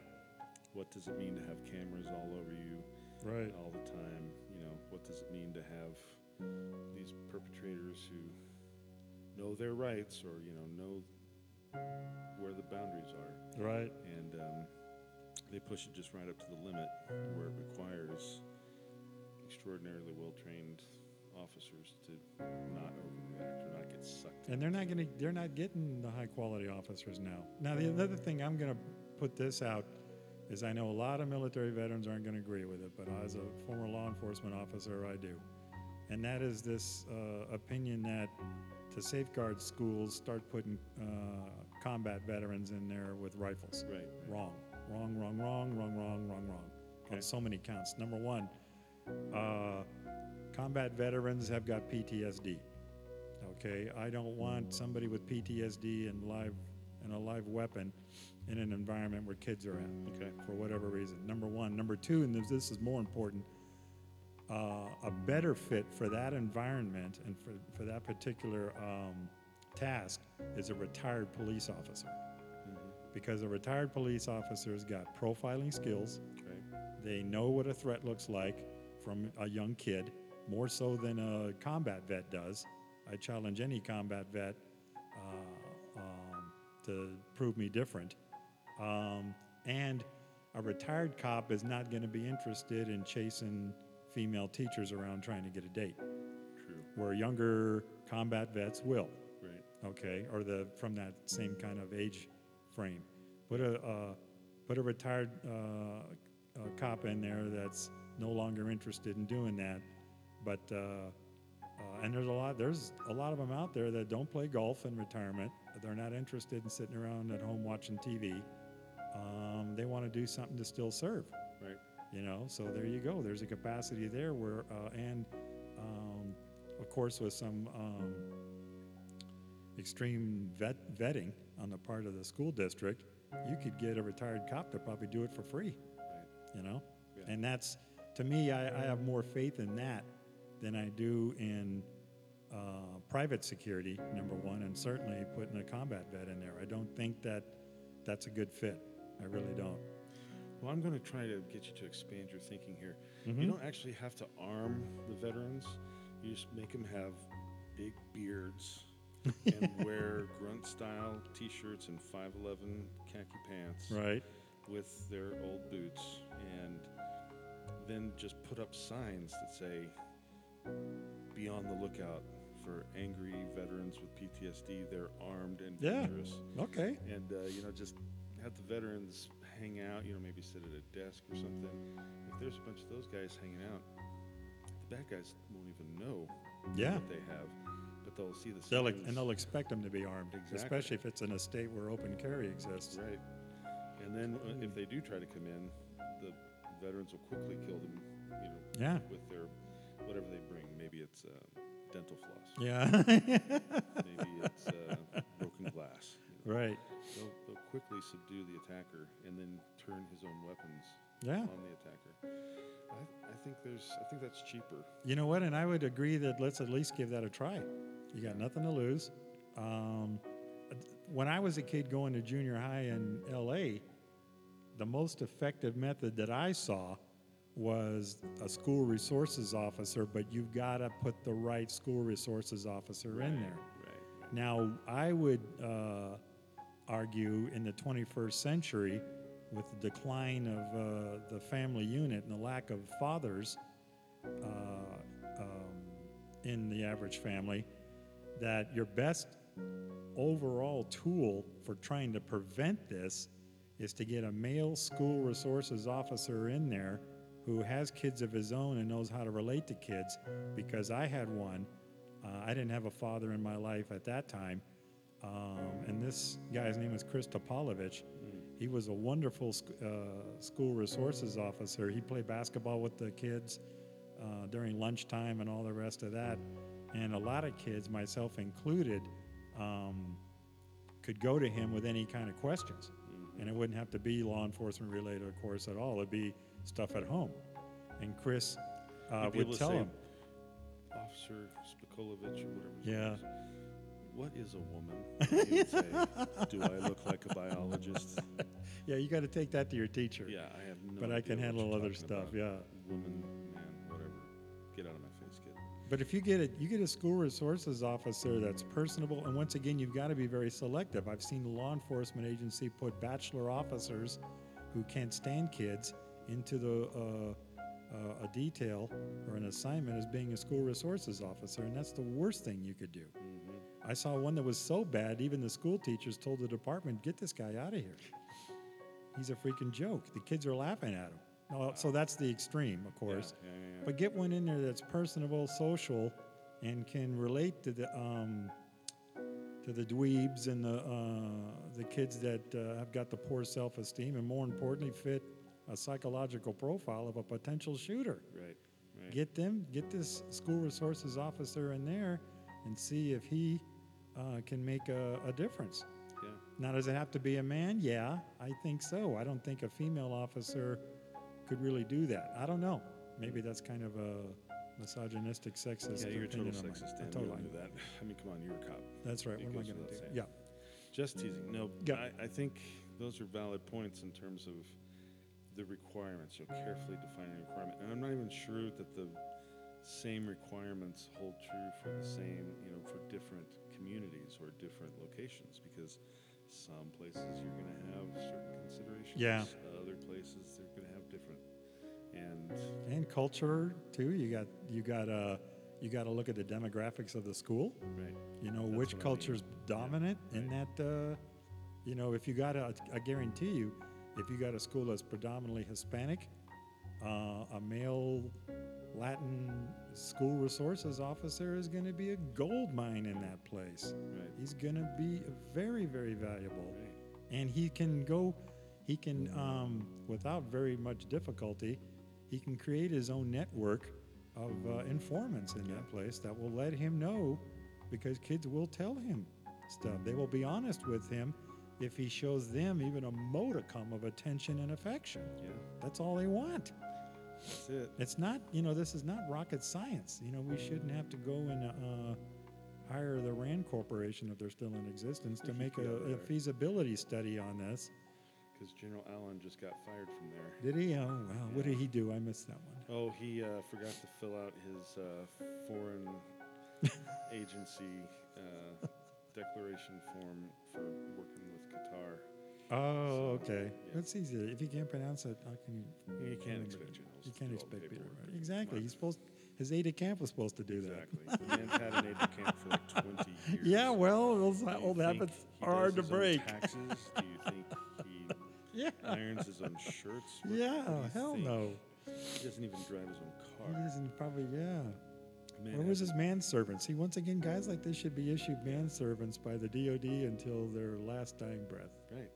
[SPEAKER 4] what does it mean to have cameras all over you
[SPEAKER 5] right,
[SPEAKER 4] all the time? You know, what does it mean to have these perpetrators who know their rights or you know know where the boundaries are?
[SPEAKER 5] right.
[SPEAKER 4] And um, They push it just right up to the limit where it requires extraordinarily well trained officers to not overreact or not get sucked
[SPEAKER 5] And they're not going to, they're not getting the high quality officers now. Now, the other thing I'm going to put this out is I know a lot of military veterans aren't going to agree with it, but as a former law enforcement officer, I do. And that is this uh, opinion that to safeguard schools, start putting uh, combat veterans in there with rifles.
[SPEAKER 4] Right, right.
[SPEAKER 5] Wrong. Wrong, wrong, wrong, wrong, wrong, wrong, wrong. On so many counts. Number one, uh, combat veterans have got PTSD. Okay, I don't want somebody with PTSD and live and a live weapon in an environment where kids are at.
[SPEAKER 4] Okay.
[SPEAKER 5] For whatever reason. Number one. Number two, and this- this is more important, uh, a better fit for that environment and for, for that particular um, task is a retired police officer. Because a retired police officer's got profiling skills.
[SPEAKER 4] Right.
[SPEAKER 5] They know what a threat looks like from a young kid, more so than a combat vet does. I challenge any combat vet uh, um, to prove me different. Um, and a retired cop is not going to be interested in chasing female teachers around trying to get a date,
[SPEAKER 4] True.
[SPEAKER 5] where younger combat vets will
[SPEAKER 4] Right.
[SPEAKER 5] okay, or the from that same kind of age frame. Put a uh, put a retired uh, uh, cop in there that's no longer interested in doing that, but uh, uh, and there's a lot there's a lot of them out there that don't play golf in retirement. They're not interested in sitting around at home watching TV. Um, they want to do something to still serve
[SPEAKER 4] Right.
[SPEAKER 5] you know so there you go there's a capacity there where uh, and um, of course with some um, extreme vet vetting on the part of the school district you could get a retired cop to probably do it for free
[SPEAKER 4] Right.
[SPEAKER 5] you know
[SPEAKER 4] Yeah.
[SPEAKER 5] and that's to me I, I have more faith in that than i do in uh, private security number one and certainly putting a combat vet in there i don't think that that's a good fit i really don't
[SPEAKER 4] Well, I'm going to try to get you to expand your thinking here.
[SPEAKER 5] Mm-hmm.
[SPEAKER 4] You don't actually have to arm the veterans. You just make them have big beards
[SPEAKER 5] <laughs>
[SPEAKER 4] and wear grunt style t shirts and 5'11 khaki pants
[SPEAKER 5] right
[SPEAKER 4] with their old boots and then just put up signs that say, be on the lookout for angry veterans with PTSD. They're armed and
[SPEAKER 5] yeah
[SPEAKER 4] dangerous
[SPEAKER 5] okay
[SPEAKER 4] and uh, you know just have the veterans hang out you know maybe sit at a desk or something if there's a bunch of those guys hanging out the bad guys won't even know
[SPEAKER 5] Yeah.
[SPEAKER 4] what they have but they'll see the
[SPEAKER 5] They'll
[SPEAKER 4] signs.
[SPEAKER 5] and they'll expect them to be armed,
[SPEAKER 4] Exactly.
[SPEAKER 5] especially if it's in a state where open carry exists.
[SPEAKER 4] right and then uh, if they do try to come in the veterans will quickly kill them you know
[SPEAKER 5] Yeah.
[SPEAKER 4] with their whatever they bring maybe it's um, dental floss
[SPEAKER 5] Yeah, <laughs>
[SPEAKER 4] maybe it's uh, broken glass you know.
[SPEAKER 5] right.
[SPEAKER 4] They'll, they'll quickly subdue the attacker and then turn his own weapons
[SPEAKER 5] Yeah.
[SPEAKER 4] on the attacker. I, I think there's I think that's cheaper.
[SPEAKER 5] You know what? And I would agree that let's at least give that a try. You got nothing to lose. Um, when I was a kid going to junior high in L.A., the most effective method that I saw was a school resources officer, but you've got to put the right school resources officer in there.
[SPEAKER 4] Right.
[SPEAKER 5] Now, I would uh, argue in the 21st century, with the decline of uh, the family unit and the lack of fathers uh, um, in the average family, that your best overall tool for trying to prevent this is to get a male school resources officer in there who has kids of his own and knows how to relate to kids because I had one. Uh, I didn't have a father in my life at that time. Um, and this guy's name is Chris Topolovich. He was a wonderful sc- uh, school resources officer. He played basketball with the kids uh, during lunchtime and all the rest of that. And a lot of kids, myself included, um, could go to him with any kind of questions. And it wouldn't have to be law enforcement related, of course, at all. It'd be stuff at home. And Chris uh,
[SPEAKER 4] You'd be able
[SPEAKER 5] would
[SPEAKER 4] to
[SPEAKER 5] tell
[SPEAKER 4] say,
[SPEAKER 5] him,
[SPEAKER 4] Officer Spikolovich or whatever. his
[SPEAKER 5] Yeah.
[SPEAKER 4] name is, What is a woman? And he would say, <laughs> Do I look like a
[SPEAKER 5] <laughs>
[SPEAKER 4] biologist?
[SPEAKER 5] yeah, you got to take that to your teacher.
[SPEAKER 4] Yeah, I have no.
[SPEAKER 5] But I
[SPEAKER 4] idea
[SPEAKER 5] can
[SPEAKER 4] what
[SPEAKER 5] handle
[SPEAKER 4] you're
[SPEAKER 5] other
[SPEAKER 4] talking
[SPEAKER 5] stuff,
[SPEAKER 4] about.
[SPEAKER 5] yeah.
[SPEAKER 4] Woman, man, whatever. Get out of my face, kid.
[SPEAKER 5] But if you get a you get a school resources officer that's personable, and once again, you've got to be very selective. I've seen law enforcement agency put bachelor officers who can't stand kids into the uh, uh, a detail or an assignment as being a school resources officer, and that's the worst thing you could do. I saw one that was so bad, even the school teachers told the department, "Get this guy out of here. He's a freaking joke." The kids are laughing at him. No, so that's the extreme, of course.
[SPEAKER 4] yeah, yeah, yeah.
[SPEAKER 5] But get one in there that's personable, social, and can relate to the. Um, to the dweebs and the uh, the kids that uh, have got the poor self-esteem, and more importantly, fit a psychological profile of a potential shooter.
[SPEAKER 4] Right. Right.
[SPEAKER 5] Get them, get this school resources officer in there, and see if he uh, can make a, a difference.
[SPEAKER 4] yeah.
[SPEAKER 5] Now, does it have to be a man? Yeah, I think so. I don't think a female officer could really do that. I don't know. Maybe that's kind of a misogynistic, sexist.
[SPEAKER 4] Yeah, you're a total
[SPEAKER 5] opinion on my-
[SPEAKER 4] sexist. Dan.
[SPEAKER 5] Totally.
[SPEAKER 4] You don't do that. <laughs> I mean, come on, you're a cop.
[SPEAKER 5] That's right.
[SPEAKER 4] It
[SPEAKER 5] What
[SPEAKER 4] goes
[SPEAKER 5] am I going to
[SPEAKER 4] without saying.
[SPEAKER 5] do? Yeah.
[SPEAKER 4] Just teasing. No,
[SPEAKER 5] Yeah.
[SPEAKER 4] I, I think those are valid points in terms of the requirements. So carefully defining requirement, and I'm not even sure that the same requirements hold true for the same, you know, for different communities or different locations because some places you're going to have certain considerations.
[SPEAKER 5] Yeah.
[SPEAKER 4] Other places they're going to have different. And
[SPEAKER 5] and culture too. You got you got uh, you got to look at the demographics of the school.
[SPEAKER 4] right.
[SPEAKER 5] You know
[SPEAKER 4] That's
[SPEAKER 5] which
[SPEAKER 4] what I mean.
[SPEAKER 5] culture's dominant in that. Uh, you know if you got a, I guarantee you, if you got a school that's predominantly Hispanic, uh, a male Latin school resources officer is going to be a gold mine in that place.
[SPEAKER 4] Right.
[SPEAKER 5] He's going to be very very valuable,
[SPEAKER 4] Right.
[SPEAKER 5] and he can go. He can, um, without very much difficulty, he can create his own network of uh, informants in that place that will let him know, because kids will tell him stuff. They will be honest with him if he shows them even a modicum of attention and affection.
[SPEAKER 4] Yeah.
[SPEAKER 5] That's all they want.
[SPEAKER 4] That's it.
[SPEAKER 5] It's not, you know, this is not rocket science. You know, we shouldn't have to go and uh, hire the RAND Corporation if they're still in existence to make a, a feasibility study on this.
[SPEAKER 4] Because General Allen just got fired from there.
[SPEAKER 5] Did he? Oh, wow. What did he do? I missed that one.
[SPEAKER 4] Oh, he uh, forgot to fill out his uh,
[SPEAKER 5] <laughs>
[SPEAKER 4] foreign agency uh, declaration form for working with Qatar.
[SPEAKER 5] Oh, okay. That's easy. If you can't pronounce it, how can you?
[SPEAKER 4] You can't
[SPEAKER 5] remember
[SPEAKER 4] expect
[SPEAKER 5] it?
[SPEAKER 4] generals
[SPEAKER 5] You
[SPEAKER 4] to
[SPEAKER 5] can't
[SPEAKER 4] do all the
[SPEAKER 5] expect Peter.
[SPEAKER 4] paperwork.
[SPEAKER 5] Right?
[SPEAKER 4] Come
[SPEAKER 5] Exactly.
[SPEAKER 4] on.
[SPEAKER 5] He's supposed. His aide de camp was supposed to do that.
[SPEAKER 4] Exactly. Man's had an aide de camp for like
[SPEAKER 5] <laughs>
[SPEAKER 4] 20 years.
[SPEAKER 5] Yeah. Well, those
[SPEAKER 4] Do you
[SPEAKER 5] old
[SPEAKER 4] think
[SPEAKER 5] habits
[SPEAKER 4] he
[SPEAKER 5] are
[SPEAKER 4] does
[SPEAKER 5] hard to
[SPEAKER 4] his own
[SPEAKER 5] break.
[SPEAKER 4] Taxes? Do you think he
[SPEAKER 5] <laughs> Yeah. <laughs>
[SPEAKER 4] irons his own shirts? What-
[SPEAKER 5] Yeah.
[SPEAKER 4] what do you
[SPEAKER 5] Hell
[SPEAKER 4] think?
[SPEAKER 5] no.
[SPEAKER 4] He doesn't even drive his own
[SPEAKER 5] He
[SPEAKER 4] car.
[SPEAKER 5] doesn't probably. Yeah.
[SPEAKER 4] Man
[SPEAKER 5] Where was
[SPEAKER 4] has
[SPEAKER 5] his manservant? See, once again, guys like this should be issued manservants by the DOD until their last dying breath.
[SPEAKER 4] Right.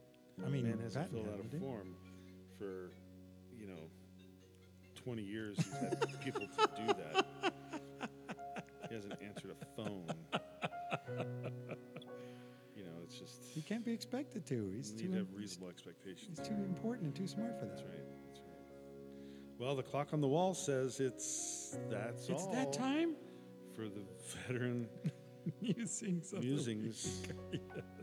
[SPEAKER 5] I mean,
[SPEAKER 4] man has to
[SPEAKER 5] Patton
[SPEAKER 4] fill
[SPEAKER 5] had
[SPEAKER 4] out
[SPEAKER 5] it,
[SPEAKER 4] a
[SPEAKER 5] didn't he?
[SPEAKER 4] form for, you know, 20 years. He's had people to do that. He hasn't answered a phone. You know, it's just
[SPEAKER 5] He can't be expected to. He's
[SPEAKER 4] you
[SPEAKER 5] too.
[SPEAKER 4] need to have
[SPEAKER 5] im-
[SPEAKER 4] reasonable
[SPEAKER 5] he's
[SPEAKER 4] expectations.
[SPEAKER 5] too important and too smart for that.
[SPEAKER 4] That's right. That's right. Well, the clock on the wall says it's that's
[SPEAKER 5] It's
[SPEAKER 4] all
[SPEAKER 5] that time. <laughs>
[SPEAKER 4] for the veteran
[SPEAKER 5] Musings. <laughs> of the week.
[SPEAKER 4] musings.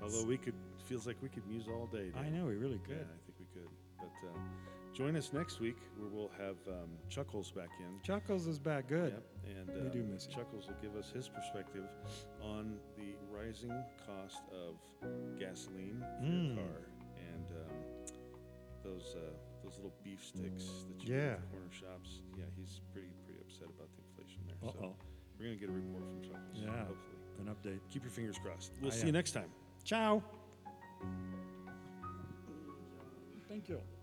[SPEAKER 4] Although we could feels like we could muse all day.
[SPEAKER 5] I
[SPEAKER 4] Dan.
[SPEAKER 5] know we really
[SPEAKER 4] Yeah,
[SPEAKER 5] could.
[SPEAKER 4] I think we could. But uh, join us next week where we'll have um, Chuckles back in.
[SPEAKER 5] Chuckles is back. Good.
[SPEAKER 4] Yep, and uh,
[SPEAKER 5] We do miss him.
[SPEAKER 4] Chuckles will give us his perspective on the rising cost of gasoline for
[SPEAKER 5] Mm.
[SPEAKER 4] your car and um, those uh, those little beef sticks that you get
[SPEAKER 5] Yeah.
[SPEAKER 4] at the corner shops. Yeah, he's pretty pretty upset about the inflation there. So
[SPEAKER 5] Uh-oh.
[SPEAKER 4] we're gonna get a report from Chuckles.
[SPEAKER 5] Yeah.
[SPEAKER 4] hopefully.
[SPEAKER 5] An update.
[SPEAKER 4] Keep your fingers crossed. We'll
[SPEAKER 5] I
[SPEAKER 4] see
[SPEAKER 5] am.
[SPEAKER 4] you next time.
[SPEAKER 5] Ciao. Thank you.